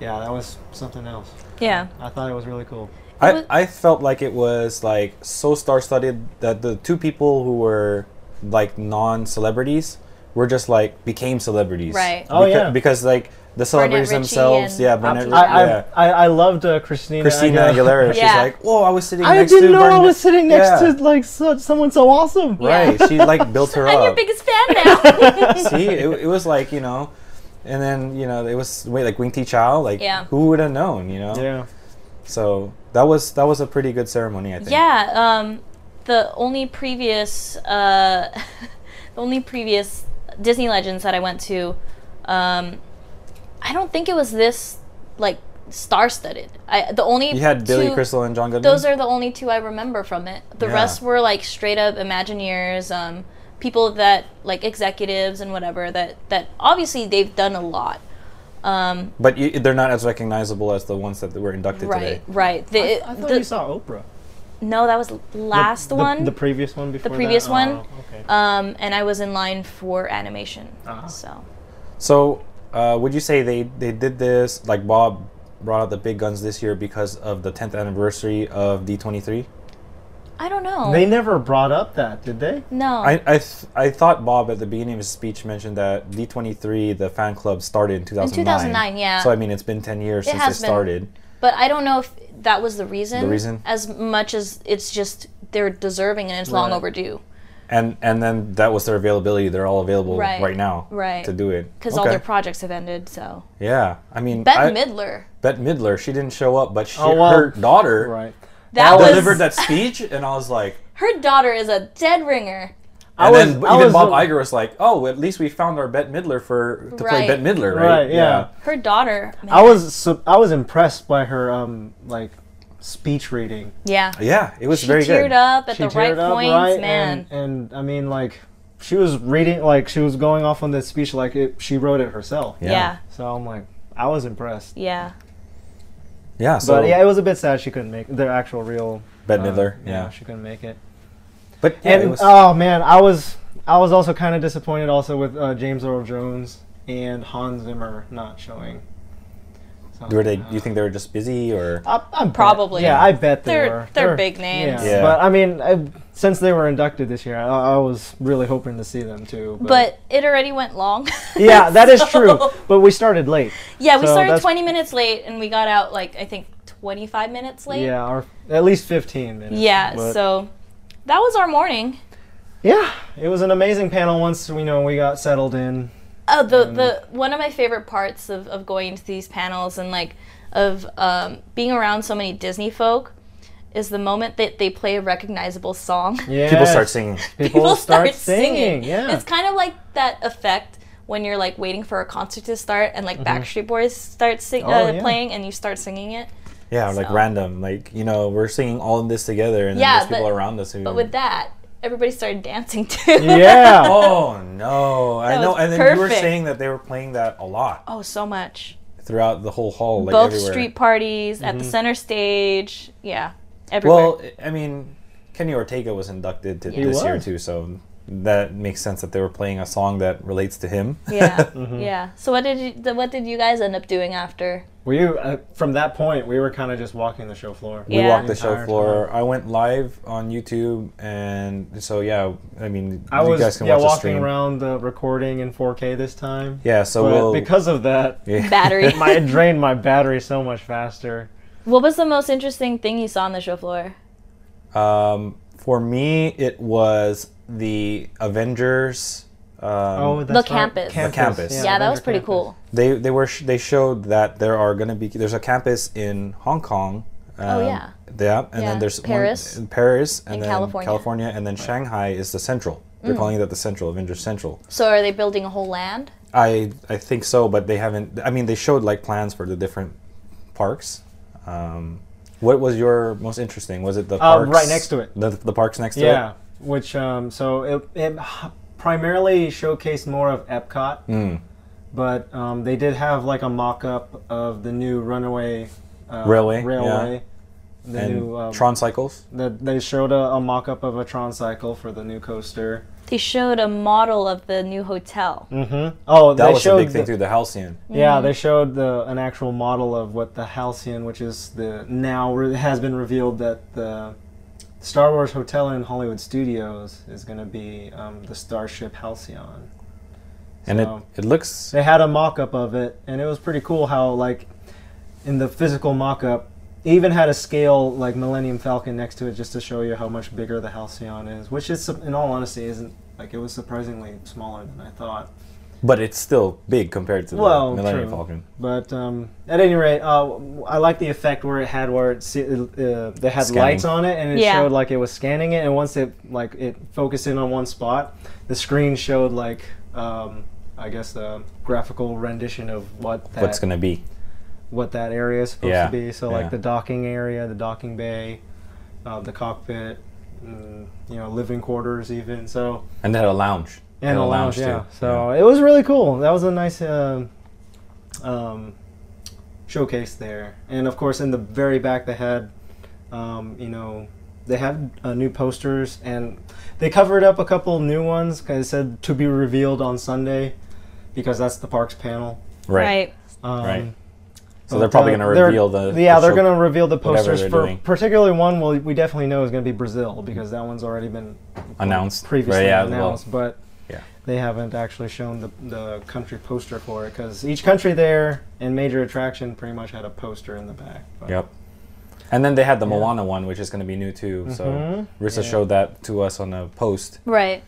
[SPEAKER 3] Yeah, that was something else.
[SPEAKER 4] yeah
[SPEAKER 3] I thought it was really cool.
[SPEAKER 2] I,
[SPEAKER 4] was-
[SPEAKER 2] I felt like it was like so star-studded that the two people who were like non-celebrities were just like became celebrities.
[SPEAKER 4] Right.
[SPEAKER 3] Oh,
[SPEAKER 2] Beca-
[SPEAKER 3] yeah.
[SPEAKER 2] Because like the celebrities
[SPEAKER 4] Ritchie
[SPEAKER 2] themselves,
[SPEAKER 4] and-
[SPEAKER 2] yeah, Burnett,
[SPEAKER 3] I I,
[SPEAKER 2] yeah.
[SPEAKER 3] I, I loved uh, Christina.
[SPEAKER 2] Christina Aguilera, she's
[SPEAKER 4] Yeah.
[SPEAKER 2] like, "Whoa, I was sitting
[SPEAKER 3] I
[SPEAKER 2] next
[SPEAKER 3] didn't
[SPEAKER 2] to
[SPEAKER 3] know I
[SPEAKER 2] Burnett."
[SPEAKER 3] was sitting next
[SPEAKER 2] Yeah.
[SPEAKER 3] to like so, someone so awesome.
[SPEAKER 2] Right. She like built
[SPEAKER 4] [laughs]
[SPEAKER 2] her
[SPEAKER 4] i'm your
[SPEAKER 2] up.
[SPEAKER 4] biggest fan now
[SPEAKER 2] [laughs]
[SPEAKER 4] [laughs]
[SPEAKER 2] See, it, it was like, you know, and then, you know, it was wait, like Wing T Chow, like
[SPEAKER 4] Yeah.
[SPEAKER 2] who would have known, you know?
[SPEAKER 3] Yeah.
[SPEAKER 2] So, that was that was a pretty good ceremony, I think.
[SPEAKER 4] Yeah, um, the only previous uh, [laughs] the only previous Disney Legends that I went to, um, I don't think it was this like star-studded. I the only
[SPEAKER 2] You had Billy
[SPEAKER 4] two-
[SPEAKER 2] Crystal and John Goodman.
[SPEAKER 4] Those are the only two I remember from it. The
[SPEAKER 2] Yeah.
[SPEAKER 4] rest were like straight up Imagineers, um, people that like executives and whatever that that obviously they've done a lot. Um,
[SPEAKER 2] But you, they're not as recognizable as the ones that were inducted today.
[SPEAKER 4] right, right. The,
[SPEAKER 3] I thought
[SPEAKER 4] the-
[SPEAKER 3] you saw Oprah.
[SPEAKER 4] no, that was last
[SPEAKER 3] the,
[SPEAKER 4] one.
[SPEAKER 3] The previous one before. that?
[SPEAKER 4] previous
[SPEAKER 3] Oh,
[SPEAKER 4] one.
[SPEAKER 3] okay.
[SPEAKER 4] um, and I was in line for animation.
[SPEAKER 3] Ah.
[SPEAKER 4] So
[SPEAKER 2] So, uh, would you say they, they did this, like Bob brought out the big guns this year because of the 10th anniversary of D23?
[SPEAKER 4] I don't know.
[SPEAKER 3] They never brought up that, did they?
[SPEAKER 4] no,
[SPEAKER 2] I, I, th- I thought Bob at the beginning of his speech mentioned that D23, the fan club, started in 2009.
[SPEAKER 4] 2009, yeah.
[SPEAKER 2] So, I mean, it's been 10 years
[SPEAKER 4] It
[SPEAKER 2] since
[SPEAKER 4] has
[SPEAKER 2] it
[SPEAKER 4] been.
[SPEAKER 2] started.
[SPEAKER 4] but I don't know if that was the reason.
[SPEAKER 2] The reason?
[SPEAKER 4] as much as it's just they're deserving and it's long
[SPEAKER 3] Right.
[SPEAKER 4] overdue
[SPEAKER 2] And and then that was their availability. They're all available
[SPEAKER 4] Right.
[SPEAKER 2] right, now
[SPEAKER 4] Right.
[SPEAKER 2] to do it.
[SPEAKER 4] because all
[SPEAKER 2] Okay.
[SPEAKER 4] their projects have ended. So
[SPEAKER 2] Yeah. I mean,
[SPEAKER 4] Bette
[SPEAKER 2] I-
[SPEAKER 4] Midler,
[SPEAKER 2] Bette Midler, she didn't show up, but she,
[SPEAKER 3] Oh, well.
[SPEAKER 2] her daughter.
[SPEAKER 4] that was
[SPEAKER 2] delivered that speech, and I was like,
[SPEAKER 4] her daughter is a dead ringer.
[SPEAKER 3] I
[SPEAKER 2] and
[SPEAKER 3] was-
[SPEAKER 2] then
[SPEAKER 3] I
[SPEAKER 2] even
[SPEAKER 3] was-
[SPEAKER 2] Bob Iger was like, oh, at least we found our Bette Midler for to play
[SPEAKER 4] Right.
[SPEAKER 2] Bette Midler, right?
[SPEAKER 3] Right, yeah.
[SPEAKER 4] Her daughter, man,
[SPEAKER 3] I was su- I was impressed by her um like speech reading.
[SPEAKER 4] yeah,
[SPEAKER 2] yeah, Yeah, it was
[SPEAKER 4] she
[SPEAKER 2] very
[SPEAKER 4] teared
[SPEAKER 2] good.
[SPEAKER 4] up at
[SPEAKER 3] She
[SPEAKER 4] the
[SPEAKER 3] teared
[SPEAKER 4] right
[SPEAKER 3] up,
[SPEAKER 4] points,
[SPEAKER 3] right?
[SPEAKER 4] man.
[SPEAKER 3] And, and I mean like she was reading like she was going off on that speech like it, she wrote it herself.
[SPEAKER 2] Yeah.
[SPEAKER 4] yeah,
[SPEAKER 3] So I'm like I was impressed.
[SPEAKER 4] yeah.
[SPEAKER 2] Yeah, so
[SPEAKER 3] but yeah, it was a bit sad she couldn't make their actual real
[SPEAKER 2] Bette
[SPEAKER 3] uh,
[SPEAKER 2] Midler,
[SPEAKER 3] you know,
[SPEAKER 2] yeah.
[SPEAKER 3] she couldn't make it.
[SPEAKER 2] But yeah, it
[SPEAKER 3] And
[SPEAKER 2] was,
[SPEAKER 3] oh man, I was I was also kind of disappointed also with uh, James Earl Jones and Hans Zimmer not showing.
[SPEAKER 2] Were they? Do you think they were just busy or?
[SPEAKER 3] I, I'm bet-
[SPEAKER 4] Probably.
[SPEAKER 3] Yeah, I bet they
[SPEAKER 4] They're-
[SPEAKER 3] were.
[SPEAKER 4] they're big names.
[SPEAKER 3] Yeah.
[SPEAKER 2] Yeah.
[SPEAKER 3] But I mean, I, since they were inducted this year, I, I was really hoping to see them too.
[SPEAKER 4] But it already went
[SPEAKER 2] [laughs]
[SPEAKER 4] long.
[SPEAKER 3] yeah, that is
[SPEAKER 4] [laughs] So-
[SPEAKER 3] true. But we started late.
[SPEAKER 4] Yeah, we
[SPEAKER 3] So
[SPEAKER 4] started
[SPEAKER 3] that's-
[SPEAKER 4] 20 minutes late and we got out like I think 25 minutes late.
[SPEAKER 3] Yeah, or at least 15 minutes.
[SPEAKER 4] Yeah,
[SPEAKER 3] but-
[SPEAKER 4] so that was our morning.
[SPEAKER 3] Yeah, it was an amazing panel once we know we got settled in.
[SPEAKER 4] Oh, the the one of my favorite parts of, of going to these panels and like of um, being around so many Disney folk is the moment that they play a recognizable song. [laughs]
[SPEAKER 3] Yeah.
[SPEAKER 2] People start singing.
[SPEAKER 3] People, start, singing. Yeah.
[SPEAKER 4] It's kind of like that effect when you're like waiting for a concert to start and like Backstreet Boys start sing-
[SPEAKER 3] Mm-hmm. Oh,
[SPEAKER 4] uh,
[SPEAKER 3] yeah.
[SPEAKER 4] playing and you start singing it.
[SPEAKER 2] Yeah, like
[SPEAKER 4] So-
[SPEAKER 2] random. Like you know, we're singing all of this together, and then
[SPEAKER 4] Yeah,
[SPEAKER 2] there's people
[SPEAKER 4] but-
[SPEAKER 2] around us who.
[SPEAKER 4] But with that, everybody started dancing too.
[SPEAKER 3] Mm. yeah.
[SPEAKER 2] oh
[SPEAKER 4] [laughs]
[SPEAKER 2] no! I
[SPEAKER 4] That
[SPEAKER 2] know.
[SPEAKER 4] was
[SPEAKER 2] And then you were
[SPEAKER 4] perfect.
[SPEAKER 2] saying that they were playing that a lot
[SPEAKER 4] [laughs] Oh, so much.
[SPEAKER 2] throughout the whole hall, like
[SPEAKER 4] Both
[SPEAKER 2] everywhere.
[SPEAKER 4] street parties at
[SPEAKER 3] Mm-hmm.
[SPEAKER 4] the center stage. Yeah, everywhere.
[SPEAKER 2] well, [laughs] I mean, Kenny Ortega was inducted to
[SPEAKER 4] He
[SPEAKER 2] this year
[SPEAKER 3] was.
[SPEAKER 2] too, so that makes sense that they were playing a song that relates to him.
[SPEAKER 4] yeah,
[SPEAKER 2] [laughs]
[SPEAKER 3] Mm-hmm.
[SPEAKER 4] yeah. So what did you? th- What did you guys end up doing after?
[SPEAKER 3] Were you uh, from that point? We were kind of just walking the show floor.
[SPEAKER 2] We
[SPEAKER 4] Yeah.
[SPEAKER 2] walked the show
[SPEAKER 3] Entire
[SPEAKER 2] floor. I went live on YouTube, and so yeah, I mean,
[SPEAKER 3] I
[SPEAKER 2] you
[SPEAKER 3] was
[SPEAKER 2] guys can
[SPEAKER 3] yeah
[SPEAKER 2] watch the
[SPEAKER 3] walking
[SPEAKER 2] stream.
[SPEAKER 3] around the recording in 4K this time.
[SPEAKER 2] Yeah, so
[SPEAKER 3] but
[SPEAKER 2] we'll
[SPEAKER 3] because of that,
[SPEAKER 2] [laughs] yeah.
[SPEAKER 4] Battery.
[SPEAKER 3] [laughs] my, it drained my battery so much faster.
[SPEAKER 4] what was the most interesting thing you saw on the show floor?
[SPEAKER 2] Um, for me, it was the Avengers. Um,
[SPEAKER 3] Oh,
[SPEAKER 4] The
[SPEAKER 3] that's right.
[SPEAKER 4] campus. The
[SPEAKER 2] campus.
[SPEAKER 4] Yeah,
[SPEAKER 2] Yeah,
[SPEAKER 4] that was
[SPEAKER 3] Avenger
[SPEAKER 4] pretty
[SPEAKER 3] campus.
[SPEAKER 4] cool.
[SPEAKER 2] they they were sh- they showed that there are going to be there's a campus in Hong Kong. Um,
[SPEAKER 4] Oh, yeah.
[SPEAKER 2] Yeah, and
[SPEAKER 4] Yeah,
[SPEAKER 2] then there's one
[SPEAKER 4] Paris.
[SPEAKER 2] in Paris, and
[SPEAKER 4] And
[SPEAKER 2] then
[SPEAKER 4] California. Mm.
[SPEAKER 2] California. and then Shanghai is the central. They're calling it that the central Avengers Central.
[SPEAKER 4] So are they building a whole land?
[SPEAKER 2] I I think so, but they haven't. I mean, they showed like plans for the different parks. Um, what was your most interesting? Was it the
[SPEAKER 3] Uh,
[SPEAKER 2] parks
[SPEAKER 3] right next to it.
[SPEAKER 2] The, the parks next to it.
[SPEAKER 3] Yeah, which um, so it, it h- primarily showcased more of Epcot,
[SPEAKER 2] Hmm.
[SPEAKER 3] but um, they did have like a mock-up of the new Runaway uh,
[SPEAKER 2] Railway,
[SPEAKER 3] Railway. The
[SPEAKER 2] and
[SPEAKER 3] new um,
[SPEAKER 2] Tron cycles.
[SPEAKER 3] that they showed a, a mock-up of a Tron cycle for the new coaster.
[SPEAKER 4] They showed a model of the new hotel.
[SPEAKER 3] Mm-hmm. Oh,
[SPEAKER 2] That
[SPEAKER 3] they
[SPEAKER 2] was a
[SPEAKER 3] showed
[SPEAKER 2] big thing
[SPEAKER 3] the-
[SPEAKER 2] too. The Halcyon.
[SPEAKER 3] Yeah, they showed the an actual model of what the Halcyon, which is the now re- has been revealed that the Star Wars hotel in Hollywood Studios is going to be um, the Starship Halcyon.
[SPEAKER 2] and
[SPEAKER 3] So-
[SPEAKER 2] it, it looks
[SPEAKER 3] They had a mock-up of it, and it was pretty cool how like in the physical mock-up. it Even had a scale like Millennium Falcon next to it just to show you how much bigger the Halcyon is, which is, su- in all honesty, isn't like it was surprisingly smaller than I thought.
[SPEAKER 2] but it's still big compared to the
[SPEAKER 3] Well,
[SPEAKER 2] Millennium
[SPEAKER 3] true.
[SPEAKER 2] Falcon.
[SPEAKER 3] But um, at any rate, uh, I like the effect where it had where it se- uh, they had
[SPEAKER 2] Scanning.
[SPEAKER 3] lights on it, and it
[SPEAKER 4] Yeah.
[SPEAKER 3] showed like it was scanning it, and once it like it focused in on one spot, the screen showed like um, I guess a graphical rendition of what that
[SPEAKER 2] What's gonna be?
[SPEAKER 3] what that area is supposed
[SPEAKER 2] Yeah,
[SPEAKER 3] to be. So
[SPEAKER 2] yeah.
[SPEAKER 3] like the docking area, the docking bay, uh, the cockpit, mm, you know, living quarters even. So
[SPEAKER 2] And they had a lounge. They
[SPEAKER 3] and
[SPEAKER 2] had
[SPEAKER 3] a
[SPEAKER 2] a
[SPEAKER 3] lounge,
[SPEAKER 2] lounge,
[SPEAKER 3] yeah.
[SPEAKER 2] too.
[SPEAKER 3] So it was really cool. That was a nice um um, showcase there. And of course, in the very back, they had, um, you know, they had uh, new posters and they covered up a couple new ones. 'cause it said to be revealed on Sunday because that's the parks panel.
[SPEAKER 2] Right.
[SPEAKER 3] Um,
[SPEAKER 2] Right. So
[SPEAKER 3] but,
[SPEAKER 2] they're probably
[SPEAKER 3] uh,
[SPEAKER 2] gonna
[SPEAKER 3] they're-
[SPEAKER 2] reveal the.
[SPEAKER 3] yeah
[SPEAKER 2] the
[SPEAKER 3] they're
[SPEAKER 2] show-
[SPEAKER 3] gonna reveal the posters
[SPEAKER 2] they're
[SPEAKER 3] for
[SPEAKER 2] doing.
[SPEAKER 3] particularly one well we definitely know is gonna be Brazil because that one's already been
[SPEAKER 2] announced.
[SPEAKER 3] previously
[SPEAKER 2] Right, yeah, well,
[SPEAKER 3] announced, but
[SPEAKER 2] Yeah.
[SPEAKER 3] they haven't actually shown the, the country poster for it because each country there and major attraction pretty much had a poster in the back. But
[SPEAKER 2] Yep. And then they had the Moana one, which is gonna be new too. So
[SPEAKER 3] Mhm.
[SPEAKER 2] Rissa
[SPEAKER 3] Yeah.
[SPEAKER 2] showed that to us on a post.
[SPEAKER 4] Right.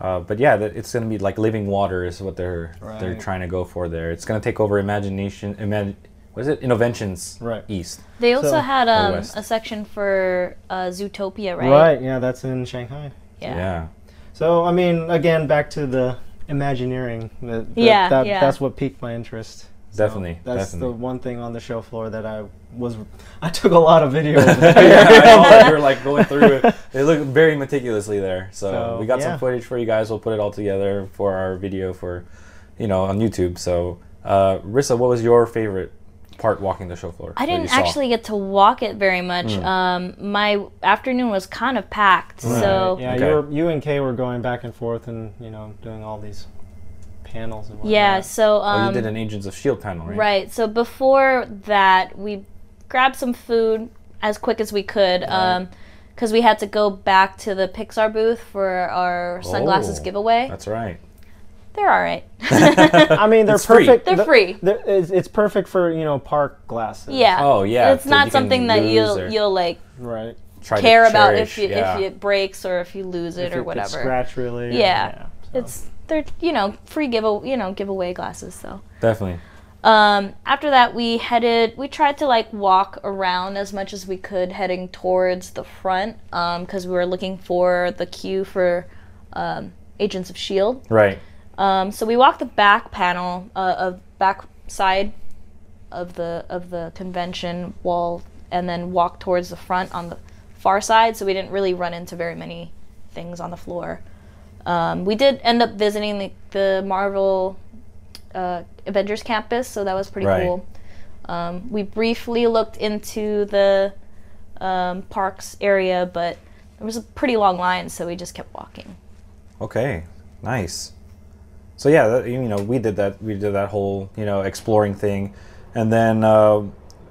[SPEAKER 2] Uh, but yeah, that- it's gonna be like living water is what they're they're
[SPEAKER 3] Right.
[SPEAKER 2] trying to go for there. It's gonna take over imagination. Imagine. What is it? Innovations
[SPEAKER 3] Right.
[SPEAKER 2] East.
[SPEAKER 4] They also
[SPEAKER 3] So-
[SPEAKER 4] had um,
[SPEAKER 2] west.
[SPEAKER 4] a section for uh, Zootopia, right?
[SPEAKER 3] Right. yeah, that's in Shanghai.
[SPEAKER 4] Yeah.
[SPEAKER 2] yeah.
[SPEAKER 3] So, I mean, again, back to the Imagineering. The, the-
[SPEAKER 4] Yeah,
[SPEAKER 3] that,
[SPEAKER 4] yeah.
[SPEAKER 3] That's what piqued my interest. So
[SPEAKER 2] Definitely,
[SPEAKER 3] that's
[SPEAKER 2] definitely.
[SPEAKER 3] the one thing on the show floor that I was. [laughs] I took a lot of video. of it.
[SPEAKER 2] [laughs]
[SPEAKER 3] [laughs]
[SPEAKER 2] yeah, you're like going through it. They look very meticulously there. So,
[SPEAKER 3] So,
[SPEAKER 2] we got
[SPEAKER 3] yeah.
[SPEAKER 2] some footage for you guys. We'll put it all together for our video for, you know, on YouTube. So, uh, Rissa, what was your favorite part walking the show floor?
[SPEAKER 4] I
[SPEAKER 2] that you
[SPEAKER 4] didn't
[SPEAKER 2] saw?
[SPEAKER 4] actually get to walk it very much.
[SPEAKER 3] Mm.
[SPEAKER 4] Um, my afternoon was kind of packed, [laughs] so
[SPEAKER 3] yeah,
[SPEAKER 2] Okay.
[SPEAKER 3] you, were, you and Kay were going back and forth and, you know, doing all these panels and whatnot.
[SPEAKER 4] Yeah, so
[SPEAKER 2] Oh,
[SPEAKER 4] um,
[SPEAKER 2] you did an Agents of Shield panel, right?
[SPEAKER 4] Right. So before that, we grabbed some food as quick as we could because we had to go back to the Pixar booth for our sunglasses
[SPEAKER 2] Oh.
[SPEAKER 4] giveaway.
[SPEAKER 2] That's
[SPEAKER 4] [laughs]
[SPEAKER 2] right.
[SPEAKER 4] They're
[SPEAKER 2] [laughs]
[SPEAKER 4] all right. [laughs]
[SPEAKER 3] I mean, they're
[SPEAKER 2] It's free.
[SPEAKER 3] perfect.
[SPEAKER 4] They're free.
[SPEAKER 3] they're- it's, it's perfect for you know park glasses.
[SPEAKER 4] Yeah.
[SPEAKER 2] Oh, yeah,
[SPEAKER 4] It's
[SPEAKER 2] so
[SPEAKER 4] not
[SPEAKER 2] you can
[SPEAKER 4] something that
[SPEAKER 2] use
[SPEAKER 4] you'll
[SPEAKER 2] or
[SPEAKER 4] you'll like
[SPEAKER 3] Right.
[SPEAKER 2] Try to
[SPEAKER 4] care about if
[SPEAKER 2] cherish,
[SPEAKER 4] you,
[SPEAKER 2] yeah.
[SPEAKER 4] if it breaks or if you lose it
[SPEAKER 3] If
[SPEAKER 4] or
[SPEAKER 3] it could
[SPEAKER 4] whatever.
[SPEAKER 3] Scratch really. or-
[SPEAKER 4] Yeah.
[SPEAKER 3] so.
[SPEAKER 4] It's they're you know free give you know giveaway glasses so.
[SPEAKER 2] Definitely.
[SPEAKER 4] Um, after that, we headed. We tried to like walk around as much as we could, heading towards the front, because we were looking for the queue for um, Agents of Shield.
[SPEAKER 2] Right.
[SPEAKER 4] Um, so we walked the back panel uh, of back side of the of the convention wall, and then walked towards the front on the far side. So we didn't really run into very many things on the floor. Um, we did end up visiting the, the Marvel uh, Avengers campus, so that was pretty
[SPEAKER 2] Right.
[SPEAKER 4] cool. Um, we briefly looked into the um, parks area, but there was a pretty long line, so we just kept walking.
[SPEAKER 2] Okay. Nice. So yeah, that, you know, we did that. We did that whole you know exploring thing, and then uh,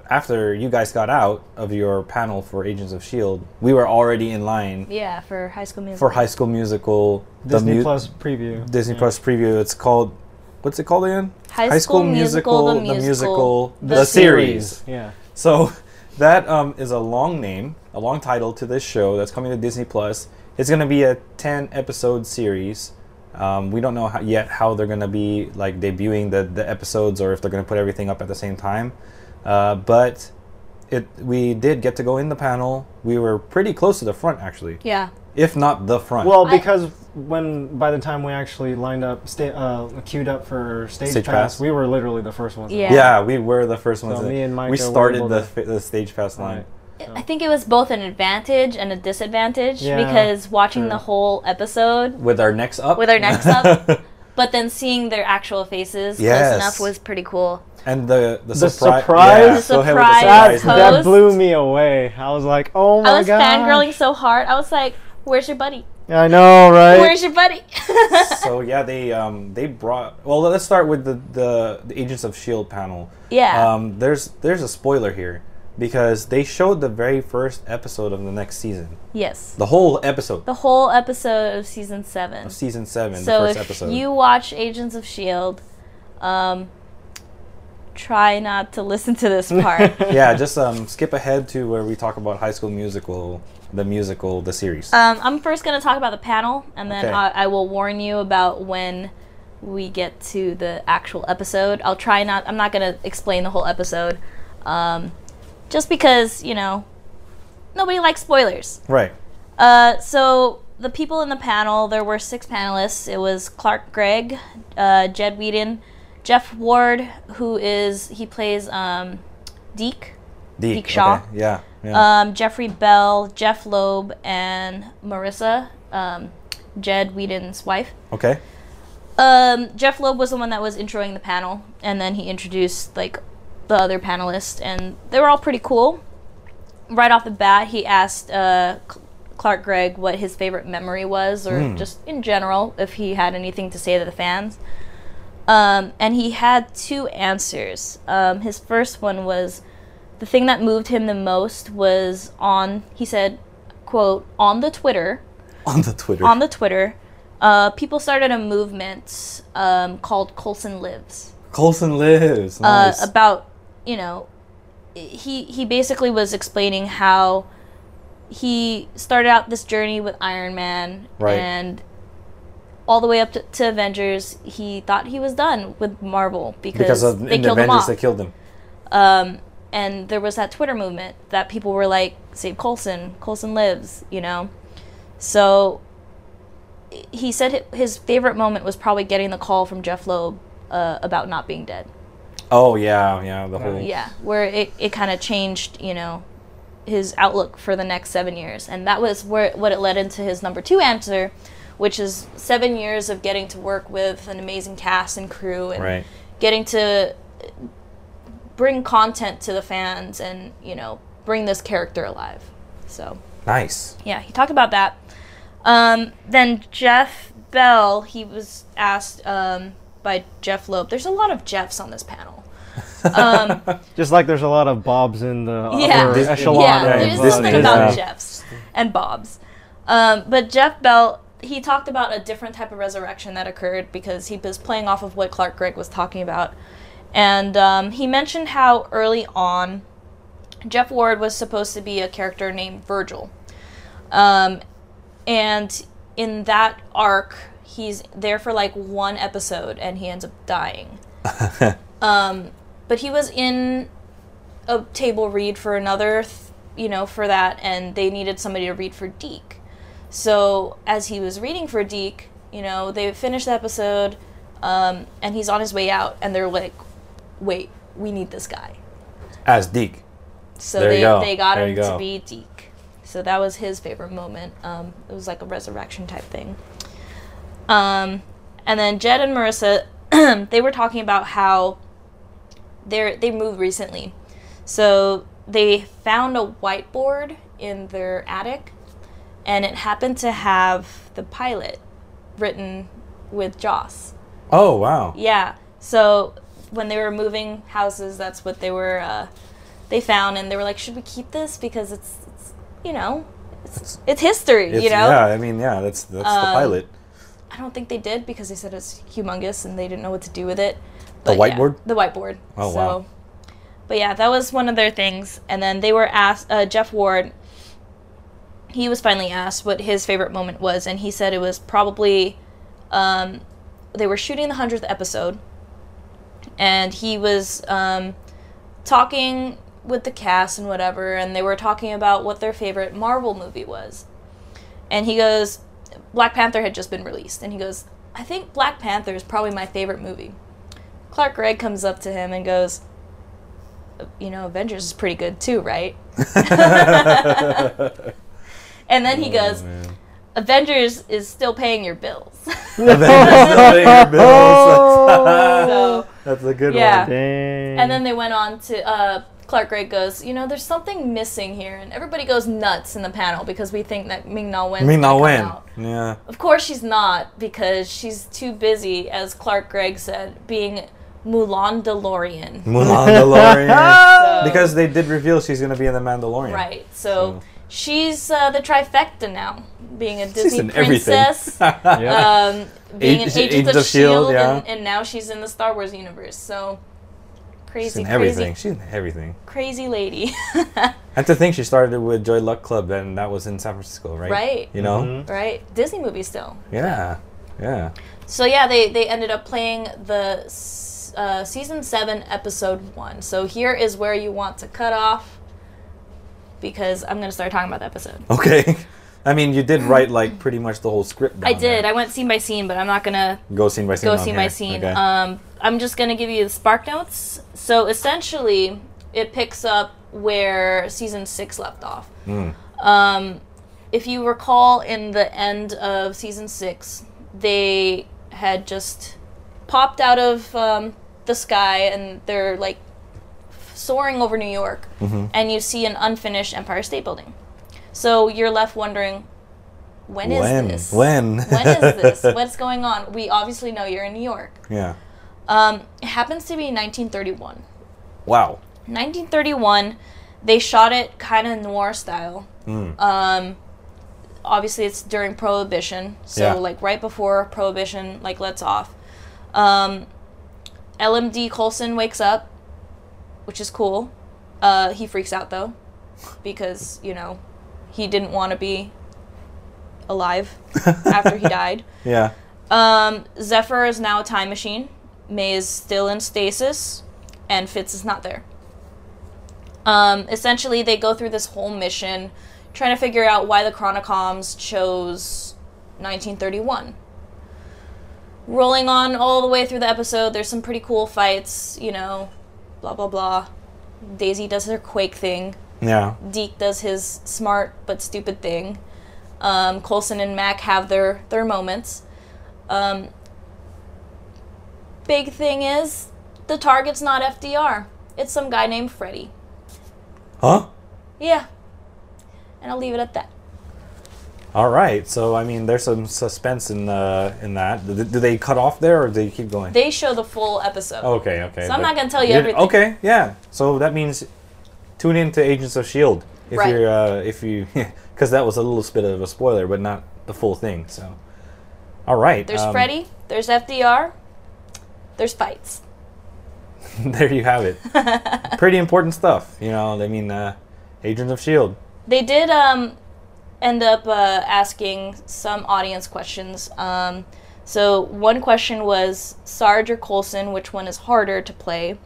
[SPEAKER 2] after you guys got out of your panel for Agents of Shield, E we were already in line
[SPEAKER 4] Yeah, for High School Musical.
[SPEAKER 2] for High School Musical. the
[SPEAKER 3] Disney
[SPEAKER 2] mu-
[SPEAKER 3] Plus preview.
[SPEAKER 2] Disney Plus preview. It's called. What's it called again?
[SPEAKER 4] High School Musical, the musical,
[SPEAKER 2] the,
[SPEAKER 4] the
[SPEAKER 2] series.
[SPEAKER 3] Yeah.
[SPEAKER 2] So [laughs] that um, is a long name, a long title to this show that's coming to Disney Plus. It's going to be a ten episode series. Um, we don't know how, yet how they're going to be like debuting the, the episodes or if they're going to put everything up at the same time. Uh, but it we did get to go in the panel. We were pretty close to the front actually,
[SPEAKER 4] Yeah.
[SPEAKER 2] if not the front.
[SPEAKER 3] Well,
[SPEAKER 4] I-
[SPEAKER 3] because when by the time we actually lined up, sta- uh, queued up for stage,
[SPEAKER 2] Stage
[SPEAKER 3] pass,
[SPEAKER 2] pass.
[SPEAKER 3] we were literally the first ones. in.
[SPEAKER 4] Yeah.
[SPEAKER 2] yeah, we were the first ones. in.
[SPEAKER 3] me and Micah
[SPEAKER 2] we
[SPEAKER 3] were
[SPEAKER 2] started
[SPEAKER 3] able
[SPEAKER 2] the,
[SPEAKER 3] to-
[SPEAKER 2] fi- the stage pass line.
[SPEAKER 3] Right.
[SPEAKER 4] I think it was both an advantage and a disadvantage
[SPEAKER 3] Yeah,
[SPEAKER 4] because watching
[SPEAKER 3] true.
[SPEAKER 4] the whole episode,
[SPEAKER 2] With our necks up.
[SPEAKER 4] With our necks up. but then seeing their actual faces
[SPEAKER 2] Yes.
[SPEAKER 4] close enough was pretty cool.
[SPEAKER 2] [laughs] and the the,
[SPEAKER 3] The
[SPEAKER 2] surpri-
[SPEAKER 3] surprise.
[SPEAKER 2] yeah,
[SPEAKER 4] The
[SPEAKER 2] go ahead with
[SPEAKER 4] surprise
[SPEAKER 3] That,
[SPEAKER 2] surprise.
[SPEAKER 3] that
[SPEAKER 4] Toast.
[SPEAKER 3] blew me away. I was like, oh my
[SPEAKER 4] I was
[SPEAKER 3] god.
[SPEAKER 4] fangirling so hard. I was like, "Where's your buddy?
[SPEAKER 3] I know, right?
[SPEAKER 4] Where's your buddy?" [laughs]
[SPEAKER 2] so yeah, they um, they brought. Well, let's start with the the, the Agents of Shield E panel.
[SPEAKER 4] Yeah.
[SPEAKER 2] Um, there's there's a spoiler here because they showed the very first episode of the next season,
[SPEAKER 4] yes.
[SPEAKER 2] the whole episode,
[SPEAKER 4] The whole episode of season seven.
[SPEAKER 2] season seven,
[SPEAKER 4] So
[SPEAKER 2] the first
[SPEAKER 4] if
[SPEAKER 2] episode.
[SPEAKER 4] you watch Agents of Shield, E um, try not to listen to this part.
[SPEAKER 2] [laughs] yeah, just um, skip ahead to where we talk about High School Musical, the musical, the series.
[SPEAKER 4] Um, I'm first going to talk about the panel, and then
[SPEAKER 2] Okay.
[SPEAKER 4] I, I will warn you about when we get to the actual episode. I'll try not. I'm not going to explain the whole episode, um, just because you know nobody likes spoilers.
[SPEAKER 2] right.
[SPEAKER 4] Uh, so the people in the panel, there were six panelists. It was Clark Gregg, uh, Jed Whedon, Jeff Ward, who is he plays um, Deke.
[SPEAKER 2] Deke.
[SPEAKER 4] Deke Shaw.
[SPEAKER 2] okay, Yeah. yeah.
[SPEAKER 4] Um, Jeffrey Bell, Jeff Loeb, and Marissa, um, Jed Whedon's wife.
[SPEAKER 2] okay. [laughs]
[SPEAKER 4] Um, Jeff Loeb was the one that was introing the panel, and then he introduced like the other panelists, and they were all pretty cool. Right off the bat, he asked uh, Cl- Clark Gregg what his favorite memory was, or just in general, if he had anything to say to the fans. Um, and he had two answers. Um, his first one was the thing that moved him the most was on, he said, quote, on the Twitter
[SPEAKER 2] On the Twitter.
[SPEAKER 4] on the Twitter, uh, people started a movement um, called Colson Lives
[SPEAKER 2] Colson lives.
[SPEAKER 4] uh,
[SPEAKER 2] Nice.
[SPEAKER 4] about you know he he basically was explaining how he started out this journey with Iron Man
[SPEAKER 2] Right.
[SPEAKER 4] and all the way up to, to Avengers he thought he was done with Marvel because,
[SPEAKER 2] because of
[SPEAKER 4] they
[SPEAKER 2] in the
[SPEAKER 4] killed him
[SPEAKER 2] Avengers,
[SPEAKER 4] off
[SPEAKER 2] they killed him.
[SPEAKER 4] um, and there was that Twitter movement that people were like, "Save Colson! Colson lives!" You know. So i- he said hi- his favorite moment was probably getting the call from Jeff Loeb uh, about not being dead.
[SPEAKER 2] Oh yeah, yeah. The whole.
[SPEAKER 4] Uh, Yeah, where it, it kind of changed, you know, his outlook for the next seven years, and that was where what it led into his number two answer, which is seven years of getting to work with an amazing cast and crew and
[SPEAKER 2] Right.
[SPEAKER 4] getting to bring content to the fans and you know bring this character alive so
[SPEAKER 2] Nice.
[SPEAKER 4] yeah he talked about that um, then jeff bell he was asked um, by Jeff Loeb. There's a lot of Jeffs on this panel.
[SPEAKER 3] Just like there's a lot of Bobs in the
[SPEAKER 4] Yeah.
[SPEAKER 3] upper
[SPEAKER 4] This-
[SPEAKER 3] echelon.
[SPEAKER 4] yeah,
[SPEAKER 2] of,
[SPEAKER 4] there's
[SPEAKER 2] uh,
[SPEAKER 4] something about
[SPEAKER 2] design.
[SPEAKER 4] Jeff's and Bob's. Um, but Jeff Bell, he talked about a different type of resurrection that occurred because he was playing off of what Clark Gregg was talking about. And um, he mentioned how early on, Jeff Ward was supposed to be a character named Virgil. Um, and in that arc, he's there for like one episode and he ends up dying. um, but he was in a table read for another, th- you know, for that, and they needed somebody to read for Deke. So as he was reading for Deke, you know, they finished the episode, um, and he's on his way out, and they're like, "Wait, we need this guy."
[SPEAKER 2] as Deke.
[SPEAKER 4] So
[SPEAKER 2] There you
[SPEAKER 4] they
[SPEAKER 2] go.
[SPEAKER 4] they got
[SPEAKER 2] There
[SPEAKER 4] him
[SPEAKER 2] you go.
[SPEAKER 4] to be Deke. So that was his favorite moment. Um, it was like a resurrection type thing. Um, and then Jed and Marissa, [clears throat] they were talking about how they they moved recently, so they found a whiteboard in their attic, and it happened to have the pilot written with Joss.
[SPEAKER 2] Oh wow.
[SPEAKER 4] Yeah. So when they were moving houses, that's what they were. Uh, they found and they were like, "Should we keep this because it's, it's you know, it's, it's history,
[SPEAKER 2] It's-
[SPEAKER 4] you know."
[SPEAKER 2] Yeah, I mean, yeah, that's that's the
[SPEAKER 4] Um, [laughs]
[SPEAKER 2] pilot.
[SPEAKER 4] I don't think they did because they said it's humongous and they didn't know what to do with it.
[SPEAKER 2] The
[SPEAKER 4] But yeah,
[SPEAKER 2] whiteboard?
[SPEAKER 4] the whiteboard.
[SPEAKER 2] Oh,
[SPEAKER 4] so,
[SPEAKER 2] wow.
[SPEAKER 4] But yeah, that was one of their things. And then they were asked, uh, Jeff Ward, he was finally asked what his favorite moment was. And he said it was probably um, they were shooting the 100th episode. And he was um, talking with the cast and whatever. And they were talking about what their favorite Marvel movie was. And he goes, Black Panther had just been released, and he goes, I think Black Panther is probably my favorite movie. Clark Gregg comes up to him and goes, You know, Avengers is pretty good too, right? [laughs] and then he goes, Avengers is still paying your bills. [laughs] so,
[SPEAKER 2] that's a good
[SPEAKER 4] yeah.
[SPEAKER 3] Dang.
[SPEAKER 4] And then they went on to uh, Clark Gregg goes, you know, there's something missing here, and everybody goes nuts in the panel because we think that Ming Na [laughs] Wen.
[SPEAKER 2] I mean, I'll win.
[SPEAKER 4] [laughs]
[SPEAKER 2] Yeah.
[SPEAKER 4] Of course, she's not because she's too busy, as Clark Gregg said, being Mulan DeLorean.
[SPEAKER 2] Mandalorian.
[SPEAKER 4] So-
[SPEAKER 2] because they did reveal she's gonna be in the Mandalorian.
[SPEAKER 4] Oh. right, so
[SPEAKER 2] So-
[SPEAKER 4] she's uh, the trifecta now, being a Disney
[SPEAKER 2] She's in [laughs]
[SPEAKER 4] princess,
[SPEAKER 2] everything.
[SPEAKER 3] yeah.
[SPEAKER 4] um, being an
[SPEAKER 2] Ag-
[SPEAKER 4] agent
[SPEAKER 2] Agent
[SPEAKER 4] of,
[SPEAKER 2] of S.H.I.E.L.D.,
[SPEAKER 4] Shield,
[SPEAKER 2] E yeah.
[SPEAKER 4] E and, and now she's in the Star Wars universe. So
[SPEAKER 2] she's
[SPEAKER 4] crazy,
[SPEAKER 2] in
[SPEAKER 4] crazy,
[SPEAKER 2] everything. She's in everything.
[SPEAKER 4] crazy lady, [laughs]
[SPEAKER 2] And to think she started with Joy Luck Club, and that was in San Francisco, right?
[SPEAKER 4] Right.
[SPEAKER 2] You know.
[SPEAKER 3] Mm-hmm.
[SPEAKER 4] right? Disney movie still.
[SPEAKER 2] Yeah. Yeah.
[SPEAKER 4] So yeah, they they ended up playing the s- uh, season seven episode one. So here is where you want to cut off because I'm gonna start talking about the episode.
[SPEAKER 2] Okay. [laughs] I mean, you did write like pretty much the whole script.
[SPEAKER 4] I
[SPEAKER 2] down
[SPEAKER 4] did.
[SPEAKER 2] there.
[SPEAKER 4] I went scene by scene, but I'm not gonna
[SPEAKER 2] Go scene by scene.
[SPEAKER 4] go
[SPEAKER 2] on
[SPEAKER 4] scene by
[SPEAKER 2] here.
[SPEAKER 4] scene.
[SPEAKER 2] Okay.
[SPEAKER 4] Um, I'm just gonna give you the spark notes. So essentially, it picks up where season six left off.
[SPEAKER 2] Hmm.
[SPEAKER 4] Um, if you recall, in the end of season six, they had just popped out of um, the sky and they're like soaring over New York,
[SPEAKER 2] Mm-hmm.
[SPEAKER 4] and you see an unfinished Empire State Building. So you're left wondering, when is
[SPEAKER 2] when?
[SPEAKER 4] this?
[SPEAKER 2] When?
[SPEAKER 4] when
[SPEAKER 2] [laughs]
[SPEAKER 4] is this? What's going on? We obviously know you're in New York.
[SPEAKER 2] yeah.
[SPEAKER 4] Um, it happens to be 1931.
[SPEAKER 2] Wow.
[SPEAKER 4] 1931, they shot it kind of noir style. Um, obviously, it's during Prohibition, so
[SPEAKER 2] Yeah.
[SPEAKER 4] like right before Prohibition, like lets off. Um, LMD Colson wakes up, which is cool. Uh, he freaks out though, because you know he didn't want to be alive after he died.
[SPEAKER 2] Yeah.
[SPEAKER 4] Um, Zephyr is now a time machine. May is still in stasis, and Fitz is not there. Um, essentially, they go through this whole mission trying to figure out why the Chronicoms chose 1931. Rolling on all the way through the episode, there's some pretty cool fights, you know, blah blah blah. Daisy does her quake thing.
[SPEAKER 2] Yeah.
[SPEAKER 4] Deke does his smart but stupid thing. Um, Colson and Mac have their their moments. Um, big thing is the target's not FDR. It's some guy named Freddy.
[SPEAKER 2] Huh?
[SPEAKER 4] Yeah. And I'll leave it at that.
[SPEAKER 2] All right. So I mean, there's some suspense in uh, in that. Do, do they cut off there, or do they keep going?
[SPEAKER 4] They show the full episode.
[SPEAKER 2] okay. Okay.
[SPEAKER 4] So I'm
[SPEAKER 2] but-
[SPEAKER 4] not gonna tell you
[SPEAKER 2] You're-
[SPEAKER 4] everything.
[SPEAKER 2] Okay. Yeah. So that means tune in to Agents of Shield E if
[SPEAKER 4] Right.
[SPEAKER 2] you're uh, if you [laughs] because that was a little bit of a spoiler, but not the full thing. So. All right.
[SPEAKER 4] There's
[SPEAKER 2] um,
[SPEAKER 4] Freddy. There's FDR. There's fights.
[SPEAKER 2] [laughs] there you have
[SPEAKER 4] [laughs]
[SPEAKER 2] it. Pretty important stuff, you know. I mean, uh, Agents of Shield.
[SPEAKER 4] They did um, end up uh, asking some audience questions. Um, so one question was Sarge or Coulson, which one is harder to play?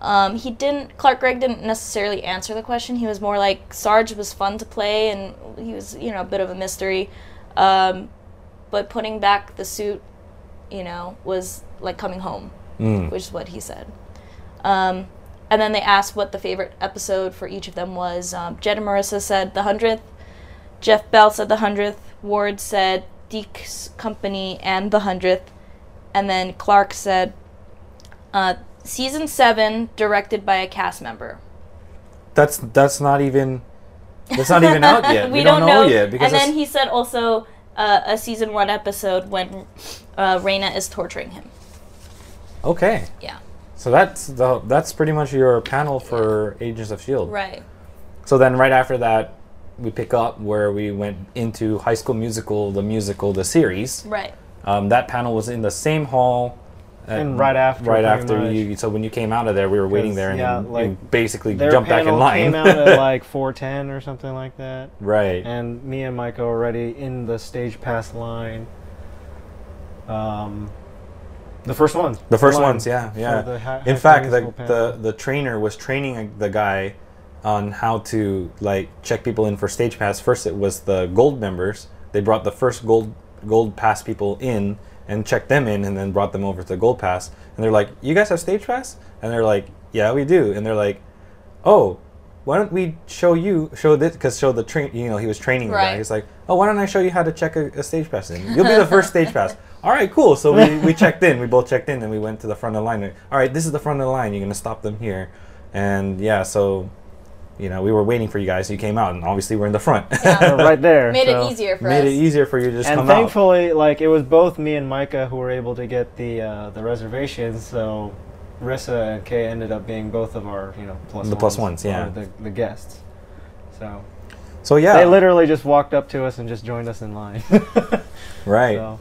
[SPEAKER 4] Um, he didn't. Clark Gregg didn't necessarily answer the question. He was more like Sarge was fun to play, and he was you know a bit of a mystery. Um, but putting back the suit, you know, was like coming home, which is what he said. Um, and then they asked what the favorite episode for each of them was. Um, Jed and Marissa said the hundredth. Jeff Bell said the hundredth. Ward said Deke's company and the hundredth. And then Clark said uh, season seven, directed by a cast member.
[SPEAKER 2] That's that's not even that's not even
[SPEAKER 4] [laughs]
[SPEAKER 2] out yet.
[SPEAKER 4] we, don't, know.
[SPEAKER 2] yet because
[SPEAKER 4] and then
[SPEAKER 2] it's-
[SPEAKER 4] he said also uh, a season one episode when uh, Raina is torturing him.
[SPEAKER 2] okay.
[SPEAKER 4] Yeah.
[SPEAKER 2] So that's the that's pretty much your panel for Agents of Shield.
[SPEAKER 4] Right.
[SPEAKER 2] E So then right after that, we pick up where we went into High School Musical, the musical, the series.
[SPEAKER 4] Right.
[SPEAKER 2] Um, that panel was in the same hall. uh,
[SPEAKER 3] And right after,
[SPEAKER 2] right
[SPEAKER 3] pretty
[SPEAKER 2] after
[SPEAKER 3] much.
[SPEAKER 2] you. So when you came out of there, we were waiting
[SPEAKER 3] 'Cause,
[SPEAKER 2] there, and
[SPEAKER 3] yeah,
[SPEAKER 2] then you
[SPEAKER 3] like,
[SPEAKER 2] basically
[SPEAKER 3] Their
[SPEAKER 2] jumped back in
[SPEAKER 3] panel
[SPEAKER 2] line.
[SPEAKER 3] came out at like 410 or something like that.
[SPEAKER 2] [laughs] right.
[SPEAKER 3] and me and Mike are already in the stage pass line. Um, the first one.
[SPEAKER 2] The first
[SPEAKER 3] line
[SPEAKER 2] ones, yeah,
[SPEAKER 3] for
[SPEAKER 2] yeah.
[SPEAKER 3] the hi-
[SPEAKER 2] In
[SPEAKER 3] high
[SPEAKER 2] fact, the,
[SPEAKER 3] school
[SPEAKER 2] the
[SPEAKER 3] panel.
[SPEAKER 2] the trainer was training the guy on how to like check people in for stage pass. First, it was the gold members. They brought the first gold gold pass people in and checked them in, and then brought them over to the gold pass. And they're like, "You guys have stage pass?" And they're like, "Yeah, we do." And they're like, "Oh." Why don't we show you show this? Because show the train, you know, he was training the guy.
[SPEAKER 4] Right.
[SPEAKER 2] He's like, "Oh, why don't I show you how to check a, a stage pass in? You'll be the first stage
[SPEAKER 4] [laughs]
[SPEAKER 2] pass." All right, cool. So we, we checked in. We both checked in, and we went to the front of the line. Like, All right, this is the front of the line. You're gonna stop them here, and yeah. So, you know, we were waiting for you guys. You came out, and obviously we're in the front.
[SPEAKER 3] They're right there.
[SPEAKER 4] [laughs] Made
[SPEAKER 3] so-
[SPEAKER 2] [laughs]
[SPEAKER 4] it easier for
[SPEAKER 2] Made
[SPEAKER 4] us.
[SPEAKER 2] it easier for you to just
[SPEAKER 3] And
[SPEAKER 2] come out.
[SPEAKER 3] thankfully, like it was both me and Micah who were able to get the uh, the reservations. So Rissa and Kay ended up being both of our you know plus
[SPEAKER 2] The plus ones, yeah.
[SPEAKER 3] or the, the guests. So
[SPEAKER 2] So yeah,
[SPEAKER 3] they literally just walked up to us and just joined us in line. [laughs]
[SPEAKER 2] right.
[SPEAKER 3] so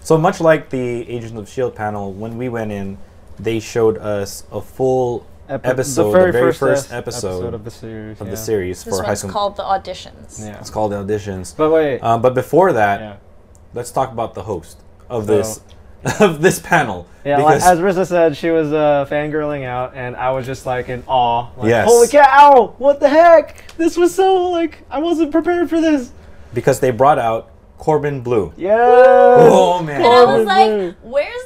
[SPEAKER 2] So much like the Agents of Shield E panel, when we went in, they showed us a full
[SPEAKER 3] epi-
[SPEAKER 2] episode, the very first
[SPEAKER 3] es-
[SPEAKER 2] episode
[SPEAKER 3] uh, of the series.
[SPEAKER 2] of
[SPEAKER 3] yeah.
[SPEAKER 2] the series
[SPEAKER 4] This
[SPEAKER 2] for high
[SPEAKER 4] one's
[SPEAKER 2] school.
[SPEAKER 4] called the auditions.
[SPEAKER 3] Yeah.
[SPEAKER 2] it's called the auditions.
[SPEAKER 3] But wait.
[SPEAKER 2] Um, but before that,
[SPEAKER 3] yeah.
[SPEAKER 2] let's talk about the host of
[SPEAKER 3] So-
[SPEAKER 2] this [laughs] of this panel.
[SPEAKER 3] Yeah, like, as Rissa said, she was uh, fangirling out, and I was just like in awe. Like,
[SPEAKER 2] Yes.
[SPEAKER 3] Holy cow! What the heck? This was so like I wasn't prepared for this.
[SPEAKER 2] because they brought out Corbin Blue.
[SPEAKER 3] Yeah.
[SPEAKER 2] Oh man!
[SPEAKER 4] And I was
[SPEAKER 3] Mhm.
[SPEAKER 4] like, where's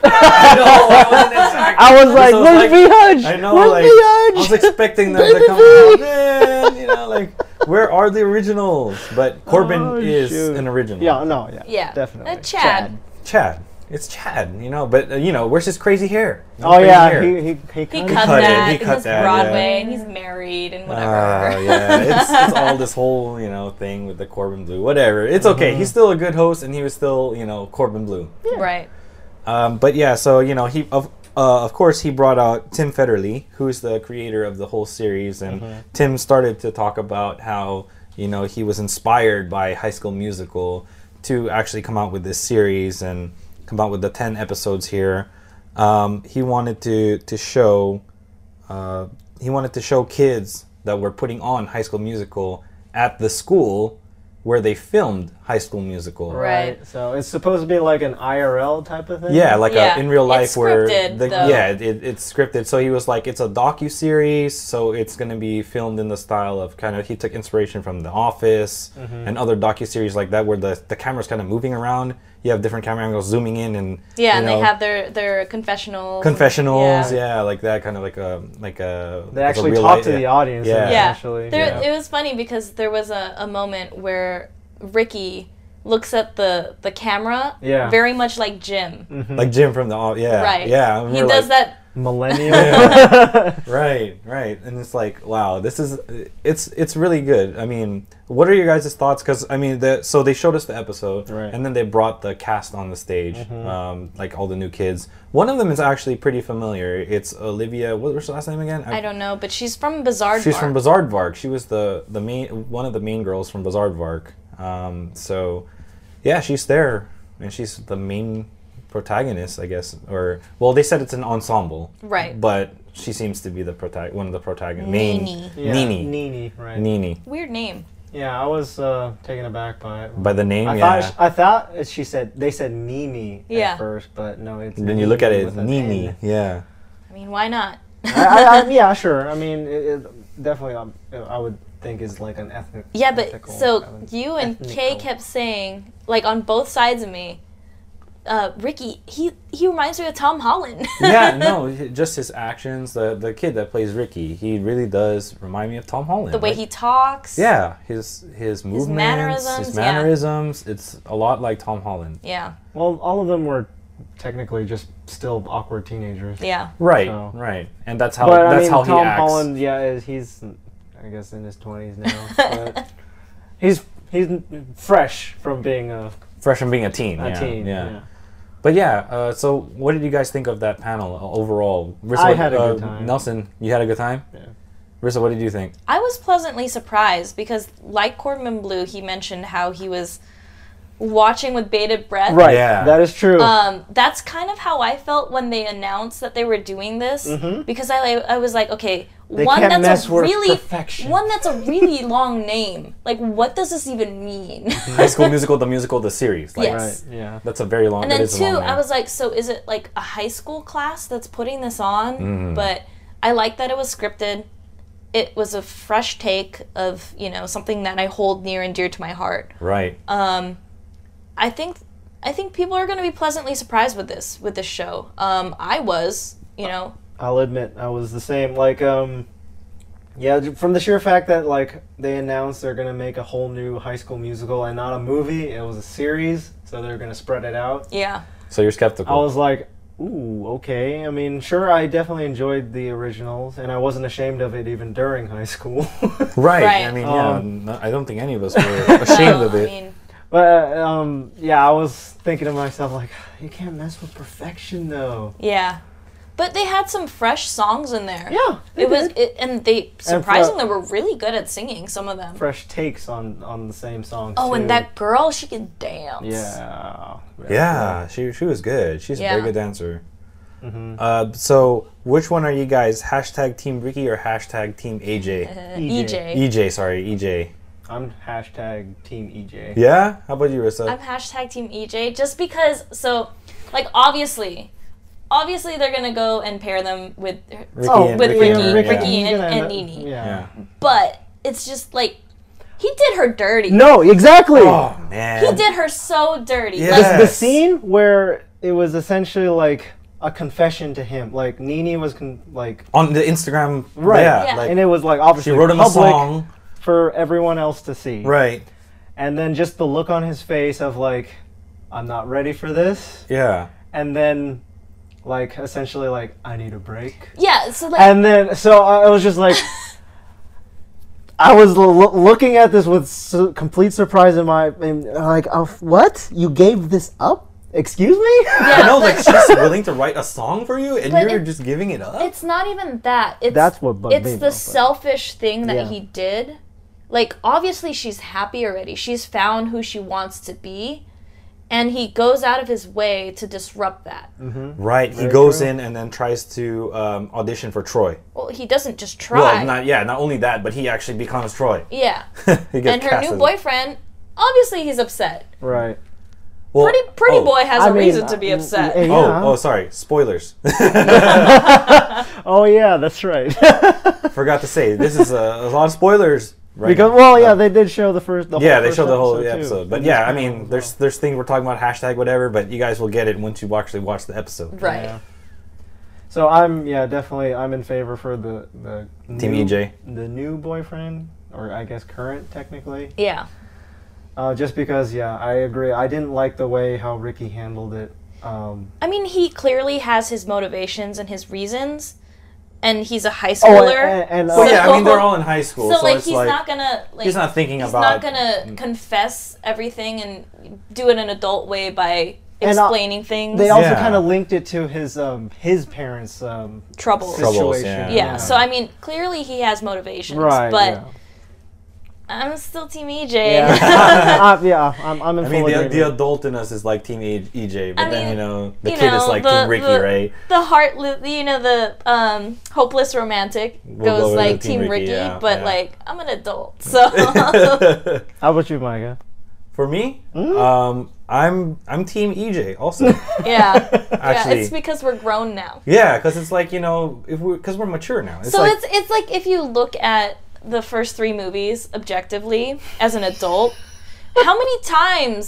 [SPEAKER 2] [laughs]
[SPEAKER 4] Zac Efron?
[SPEAKER 2] No, I wasn't expecting-
[SPEAKER 3] I was like,
[SPEAKER 2] So
[SPEAKER 3] where's
[SPEAKER 2] like-
[SPEAKER 3] V Hudge? [laughs]
[SPEAKER 2] I know,
[SPEAKER 3] where's
[SPEAKER 2] like,
[SPEAKER 3] V
[SPEAKER 2] I
[SPEAKER 3] Hudge?
[SPEAKER 2] was expecting them to
[SPEAKER 3] Baby
[SPEAKER 2] come
[SPEAKER 3] V.
[SPEAKER 2] out, man. You know, like, where are the originals? But Corbin
[SPEAKER 3] Oh,
[SPEAKER 2] is
[SPEAKER 3] shoot.
[SPEAKER 2] an original.
[SPEAKER 3] yeah, no, yeah,
[SPEAKER 4] Yeah.
[SPEAKER 3] definitely.
[SPEAKER 4] Uh, Chad.
[SPEAKER 2] Chad. It's Chad. You know, but uh, you know, where's his crazy hair? No
[SPEAKER 3] Oh
[SPEAKER 2] crazy
[SPEAKER 3] yeah,
[SPEAKER 2] hair.
[SPEAKER 3] he he he,
[SPEAKER 4] He
[SPEAKER 3] kinda-
[SPEAKER 4] cut,
[SPEAKER 2] cut it,
[SPEAKER 4] that.
[SPEAKER 2] he
[SPEAKER 4] He
[SPEAKER 2] cut
[SPEAKER 4] does
[SPEAKER 2] that,
[SPEAKER 4] Broadway,
[SPEAKER 2] yeah.
[SPEAKER 4] and he's married and whatever.
[SPEAKER 2] Ah,
[SPEAKER 4] [laughs]
[SPEAKER 2] yeah, it's, it's all this whole you know thing with the Corbin Blue. Whatever, it's okay. He's still a good host, and he was still you know Corbin Blue.
[SPEAKER 4] Right.
[SPEAKER 2] Um, but yeah, so you know he of uh, of course he brought out Tim Federle, who's the creator of the whole series, and Tim started to talk about how you know he was inspired by High School Musical to actually come out with this series and come out with the ten episodes here. Um, he wanted to to show uh, he wanted to show kids that were putting on High School Musical at the school where they filmed High School Musical.
[SPEAKER 4] Right.
[SPEAKER 3] So it's supposed to be like an IRL type of thing.
[SPEAKER 2] Yeah, like
[SPEAKER 4] Yeah,
[SPEAKER 2] A, in real life
[SPEAKER 4] it's
[SPEAKER 2] where
[SPEAKER 4] scripted,
[SPEAKER 2] the,
[SPEAKER 4] though.
[SPEAKER 2] yeah, it, it's scripted. So he was like, it's a docu series, so it's going to be filmed in the style of kind of he took inspiration from The Office
[SPEAKER 3] Mm-hmm.
[SPEAKER 2] and other docu series like that where the the camera's kind of moving around. You have different camera angles zooming in and
[SPEAKER 4] Yeah,
[SPEAKER 2] you
[SPEAKER 4] and
[SPEAKER 2] know,
[SPEAKER 4] they have their their confessionals.
[SPEAKER 2] confessionals,
[SPEAKER 4] Yeah.
[SPEAKER 2] yeah. like that kind of like a like a
[SPEAKER 3] They
[SPEAKER 2] like a
[SPEAKER 3] actually
[SPEAKER 2] real
[SPEAKER 3] talk
[SPEAKER 2] life-
[SPEAKER 3] to the audience.
[SPEAKER 2] Yeah.
[SPEAKER 3] Yeah.
[SPEAKER 4] Yeah.
[SPEAKER 3] Actually.
[SPEAKER 4] There,
[SPEAKER 2] yeah.
[SPEAKER 4] It was funny because there was a, a moment where Ricky looks at the the camera.
[SPEAKER 3] Yeah.
[SPEAKER 4] Very much like Jim.
[SPEAKER 2] like Jim from the Office. Yeah,
[SPEAKER 4] Right.
[SPEAKER 2] Mm-hmm. yeah. I
[SPEAKER 4] He
[SPEAKER 2] remember,
[SPEAKER 4] does
[SPEAKER 2] like,
[SPEAKER 4] that
[SPEAKER 2] [laughs]
[SPEAKER 3] millennial.
[SPEAKER 2] Right, right, and it's like, wow, this is it's it's really good. I mean, what are your guys' thoughts? Because I mean, the, so they showed us the episode,
[SPEAKER 3] Right.
[SPEAKER 2] and then they brought the cast on the stage, um, like all the new kids. One of them is actually pretty familiar. It's Olivia. What was her last name again?
[SPEAKER 4] I don't know, but she's from Bizarre.
[SPEAKER 2] She's from
[SPEAKER 4] Bar.
[SPEAKER 2] Bizarre Vark. She was the the main one of the main girls from Bizarre Vark. Um, so, yeah, she's there, and she's the main protagonist, I guess. Or well, they said it's an ensemble,
[SPEAKER 4] Right.
[SPEAKER 2] But she seems to be the protag- one of the protagonists. Main
[SPEAKER 4] Nini.
[SPEAKER 3] Yeah,
[SPEAKER 2] Nini.
[SPEAKER 3] Nini, right.
[SPEAKER 2] Nini.
[SPEAKER 4] Weird name.
[SPEAKER 3] Yeah, I was uh, taken aback by it.
[SPEAKER 2] By the name,
[SPEAKER 3] I
[SPEAKER 2] yeah.
[SPEAKER 3] thought I thought she said they said Nini
[SPEAKER 4] Yeah.
[SPEAKER 3] at first, but no, it's
[SPEAKER 2] then you look at it, it's
[SPEAKER 3] with an
[SPEAKER 2] Nini.
[SPEAKER 3] N. [laughs]
[SPEAKER 2] Yeah.
[SPEAKER 4] I mean, why not?
[SPEAKER 3] I, I,
[SPEAKER 4] [laughs]
[SPEAKER 3] I, yeah, sure. I mean, it, it definitely, um, I would think is like an ethnic.
[SPEAKER 4] Yeah, but
[SPEAKER 3] ethical
[SPEAKER 4] so
[SPEAKER 3] element.
[SPEAKER 4] you and Kay
[SPEAKER 3] Ethnical.
[SPEAKER 4] kept saying, like on both sides of me, uh, Ricky, he he reminds me of Tom Holland. [laughs]
[SPEAKER 2] yeah, no, h- just his actions. The the kid that plays Ricky, he really does remind me of Tom Holland.
[SPEAKER 4] the way he talks.
[SPEAKER 2] Yeah, his his movements, his mannerisms,
[SPEAKER 4] mannerisms, yeah.
[SPEAKER 2] It's a lot like Tom Holland.
[SPEAKER 4] Yeah.
[SPEAKER 3] well, all of them were technically just still awkward teenagers.
[SPEAKER 4] Yeah.
[SPEAKER 2] Right,
[SPEAKER 3] So-
[SPEAKER 2] right, and that's how
[SPEAKER 3] But I
[SPEAKER 2] that's
[SPEAKER 3] mean,
[SPEAKER 2] how
[SPEAKER 3] Tom
[SPEAKER 2] he acts.
[SPEAKER 3] Holland, yeah, is, he's I guess in his twenties now,
[SPEAKER 4] [laughs]
[SPEAKER 3] but he's he's fresh from being a,
[SPEAKER 2] Fresh from being a teen.
[SPEAKER 3] a
[SPEAKER 2] yeah,
[SPEAKER 3] teen.
[SPEAKER 2] yeah.
[SPEAKER 3] yeah.
[SPEAKER 2] But yeah, uh, so what did you guys think of that panel o- overall? Rissa, uh,
[SPEAKER 3] I had a good time.
[SPEAKER 2] Nelson, you had a good time.
[SPEAKER 3] Yeah.
[SPEAKER 2] Rissa, what did you think?
[SPEAKER 4] I was pleasantly surprised because, like Corbin Blue, he mentioned how he was watching with bated breath.
[SPEAKER 3] Right.
[SPEAKER 2] Yeah.
[SPEAKER 3] That is true.
[SPEAKER 4] Um, that's kind of how I felt when they announced that they were doing this because I, I was like, okay,
[SPEAKER 3] Mm-hmm. They
[SPEAKER 4] one
[SPEAKER 3] can't
[SPEAKER 4] that's
[SPEAKER 3] mess
[SPEAKER 4] a
[SPEAKER 3] with
[SPEAKER 4] really
[SPEAKER 3] perfection.
[SPEAKER 4] one that's a really [laughs] long name. Like, what does this even mean?
[SPEAKER 2] High
[SPEAKER 4] [laughs]
[SPEAKER 2] School Musical, the musical, the series. Like,
[SPEAKER 4] Yes.
[SPEAKER 3] right. Yeah.
[SPEAKER 2] That's a very long.
[SPEAKER 4] and then
[SPEAKER 2] that is a
[SPEAKER 4] two,
[SPEAKER 2] long
[SPEAKER 4] I
[SPEAKER 2] name.
[SPEAKER 4] was like, so is it like a high school class that's putting this on?
[SPEAKER 2] Mm-hmm.
[SPEAKER 4] But I like that it was scripted. It was a fresh take of you know something that I hold near and dear to my heart.
[SPEAKER 2] right.
[SPEAKER 4] I think I think people are going to be pleasantly surprised with this with this show. Um, I was, you know,
[SPEAKER 3] I'll admit I was the same. Like, um, yeah, j- from the sheer fact that like they announced they're gonna make a whole new High School Musical and not a movie, it was a series, so they're gonna spread it out.
[SPEAKER 4] yeah,
[SPEAKER 2] so you're skeptical.
[SPEAKER 3] I was like, ooh, okay. I mean, sure, I definitely enjoyed the originals, and I wasn't ashamed of it even during high school. [laughs]
[SPEAKER 2] right.
[SPEAKER 4] Right.
[SPEAKER 2] I mean,
[SPEAKER 3] Um,
[SPEAKER 2] yeah. no- I don't think any of
[SPEAKER 4] [laughs]
[SPEAKER 2] us were ashamed
[SPEAKER 4] So,
[SPEAKER 2] of it.
[SPEAKER 4] I mean,
[SPEAKER 3] but um, yeah, I was thinking to myself like, you can't mess with perfection though.
[SPEAKER 4] yeah. But they had some fresh songs in there.
[SPEAKER 3] Yeah, they
[SPEAKER 4] it was,
[SPEAKER 3] did.
[SPEAKER 4] it, and they
[SPEAKER 3] for-
[SPEAKER 4] surprisingly were really good at singing some of them.
[SPEAKER 3] fresh takes on on the same songs.
[SPEAKER 4] Oh,
[SPEAKER 3] too.
[SPEAKER 4] and that girl, she can dance.
[SPEAKER 3] Yeah.
[SPEAKER 2] Yeah, she she was good. She's a
[SPEAKER 4] Yeah.
[SPEAKER 2] very good dancer.
[SPEAKER 3] Mm-hmm.
[SPEAKER 2] Uh, so, which one are you guys? Hashtag Team Ricky or hashtag Team
[SPEAKER 4] [laughs]
[SPEAKER 2] AJ?
[SPEAKER 4] EJ.
[SPEAKER 2] EJ, sorry, E EJ.
[SPEAKER 3] I'm hashtag Team E EJ.
[SPEAKER 2] Yeah? How about you, Rissa?
[SPEAKER 4] I'm hashtag team EJ just because. So, like, obviously, obviously they're gonna go and pair them with
[SPEAKER 2] Ricky
[SPEAKER 3] Oh,
[SPEAKER 2] and
[SPEAKER 4] with
[SPEAKER 2] Ricky and
[SPEAKER 4] Ricky,
[SPEAKER 2] Ricky.
[SPEAKER 4] Ricky
[SPEAKER 3] He's
[SPEAKER 4] and,
[SPEAKER 3] gonna
[SPEAKER 4] and
[SPEAKER 3] end up-
[SPEAKER 4] Nini.
[SPEAKER 3] Yeah.
[SPEAKER 2] Yeah.
[SPEAKER 4] But it's just like he did her dirty.
[SPEAKER 3] No, exactly.
[SPEAKER 2] Oh, man.
[SPEAKER 4] He did her so dirty.
[SPEAKER 2] Yeah.
[SPEAKER 4] Like,
[SPEAKER 3] The
[SPEAKER 2] Yes.
[SPEAKER 3] scene where it was essentially like a confession to him, like Nini was con- like,
[SPEAKER 2] On the Instagram.
[SPEAKER 3] Right.
[SPEAKER 2] Yeah.
[SPEAKER 4] Yeah.
[SPEAKER 2] Like,
[SPEAKER 3] and it was like obviously
[SPEAKER 2] she wrote him a
[SPEAKER 3] public
[SPEAKER 2] song.
[SPEAKER 3] for everyone else to see.
[SPEAKER 2] Right.
[SPEAKER 3] And then just the look on his face of like, I'm not ready for this,
[SPEAKER 4] [laughs]
[SPEAKER 2] Yeah.
[SPEAKER 3] and then like essentially like I need a break.
[SPEAKER 4] yeah. So like,
[SPEAKER 3] And then, so I I was just like, I was l- l- looking at this with su- complete surprise in my, and like, oh, what? You gave this up? Excuse me? [laughs]
[SPEAKER 4] yeah,
[SPEAKER 2] I know,
[SPEAKER 4] but
[SPEAKER 2] like, she's willing to write a song for you, and
[SPEAKER 4] But
[SPEAKER 2] you're
[SPEAKER 4] it-
[SPEAKER 2] just giving it up?
[SPEAKER 4] it's not even that. It's
[SPEAKER 3] That's what bugged
[SPEAKER 4] it's
[SPEAKER 3] me
[SPEAKER 4] the
[SPEAKER 3] about it.
[SPEAKER 4] selfish thing that
[SPEAKER 3] Yeah.
[SPEAKER 4] he did. Like obviously she's happy already. She's found who she wants to be, and he goes out of his way to disrupt that.
[SPEAKER 3] Mm.
[SPEAKER 2] right. He
[SPEAKER 3] Very
[SPEAKER 2] goes
[SPEAKER 3] true.
[SPEAKER 2] in and then tries to um, audition for Troy.
[SPEAKER 4] Well, he doesn't just try.
[SPEAKER 2] Well, not, yeah, not only that, but he actually becomes Troy.
[SPEAKER 3] [laughs]
[SPEAKER 4] yeah.
[SPEAKER 2] [laughs] he gets
[SPEAKER 4] And her
[SPEAKER 2] cast
[SPEAKER 4] new
[SPEAKER 2] as-
[SPEAKER 4] boyfriend, obviously he's upset.
[SPEAKER 3] Right.
[SPEAKER 2] Well,
[SPEAKER 4] Pretty pretty
[SPEAKER 2] oh.
[SPEAKER 4] boy has
[SPEAKER 3] I
[SPEAKER 4] a
[SPEAKER 3] mean,
[SPEAKER 4] reason to be
[SPEAKER 3] uh,
[SPEAKER 4] upset.
[SPEAKER 3] yeah.
[SPEAKER 2] Oh, oh, sorry. Spoilers. [laughs]
[SPEAKER 3] Oh, yeah, that's right.
[SPEAKER 2] Forgot to say this is a, a lot of spoilers. Right.
[SPEAKER 3] because,
[SPEAKER 2] now.
[SPEAKER 3] well, yeah, they did show the first, the
[SPEAKER 2] Uh, yeah,
[SPEAKER 3] whole
[SPEAKER 2] they
[SPEAKER 3] first
[SPEAKER 2] showed the whole
[SPEAKER 3] too.
[SPEAKER 2] episode, but
[SPEAKER 3] And
[SPEAKER 2] yeah,
[SPEAKER 3] this
[SPEAKER 2] I
[SPEAKER 3] panel
[SPEAKER 2] mean,
[SPEAKER 3] as
[SPEAKER 2] there's there's things we're talking about hashtag whatever, but you guys will get it once you actually watch the episode.
[SPEAKER 4] right.
[SPEAKER 3] Yeah. So I'm, yeah, definitely, I'm in favor for the, the
[SPEAKER 2] Team E
[SPEAKER 3] new,
[SPEAKER 2] EJ.
[SPEAKER 3] The new boyfriend, or I guess current, technically.
[SPEAKER 4] Yeah.
[SPEAKER 3] Uh, just because, yeah, I agree. I didn't like the way how Ricky handled it. Um,
[SPEAKER 4] I mean, he clearly has his motivations and his reasons, and he's a high
[SPEAKER 3] oh,
[SPEAKER 4] schooler.
[SPEAKER 3] and, and, uh,
[SPEAKER 2] Well,
[SPEAKER 4] So-
[SPEAKER 2] yeah, I mean they're all in high school, so,
[SPEAKER 4] so, like
[SPEAKER 2] it's
[SPEAKER 4] he's
[SPEAKER 2] like
[SPEAKER 4] not gonna like
[SPEAKER 2] he's not thinking
[SPEAKER 4] he's
[SPEAKER 2] about.
[SPEAKER 4] not gonna confess everything and do it in an adult way by
[SPEAKER 3] And, uh,
[SPEAKER 4] explaining things
[SPEAKER 3] they also
[SPEAKER 2] Yeah.
[SPEAKER 3] kind of linked it to his um, his parents' um,
[SPEAKER 4] troubles
[SPEAKER 2] Trouble. Troubles,
[SPEAKER 3] situation.
[SPEAKER 2] yeah.
[SPEAKER 4] yeah. so i mean clearly he has motivations
[SPEAKER 3] right,
[SPEAKER 4] but
[SPEAKER 3] yeah.
[SPEAKER 4] i'm still team E ej [laughs]
[SPEAKER 3] Yeah, uh, yeah [laughs] I'm, I'm in
[SPEAKER 2] I
[SPEAKER 3] full
[SPEAKER 2] mean, the,
[SPEAKER 3] agreement.
[SPEAKER 2] the adult in us is like Team E- EJ, but
[SPEAKER 4] I
[SPEAKER 2] then
[SPEAKER 4] mean,
[SPEAKER 2] you know the
[SPEAKER 4] you
[SPEAKER 2] kid is
[SPEAKER 4] know,
[SPEAKER 2] like
[SPEAKER 4] the-
[SPEAKER 2] Team Ricky,
[SPEAKER 4] the-
[SPEAKER 2] right?
[SPEAKER 4] the heartless you know the um hopeless romantic
[SPEAKER 2] go
[SPEAKER 4] goes
[SPEAKER 2] with
[SPEAKER 4] like
[SPEAKER 2] Team
[SPEAKER 4] team,
[SPEAKER 2] Ricky,
[SPEAKER 4] ricky,
[SPEAKER 2] yeah,
[SPEAKER 4] but
[SPEAKER 2] yeah.
[SPEAKER 4] like i'm an
[SPEAKER 2] [laughs]
[SPEAKER 4] adult so [laughs]
[SPEAKER 3] How about you, Micah?
[SPEAKER 2] For me,
[SPEAKER 3] Mm.
[SPEAKER 2] um, I'm I'm Team EJ also.
[SPEAKER 4] [laughs] yeah yeah
[SPEAKER 2] Actually,
[SPEAKER 4] it's because we're grown now
[SPEAKER 2] yeah, because it's like you know if we because we're mature now. It's
[SPEAKER 4] so
[SPEAKER 2] like,
[SPEAKER 4] it's it's like if you look at the first three movies objectively as an adult how many times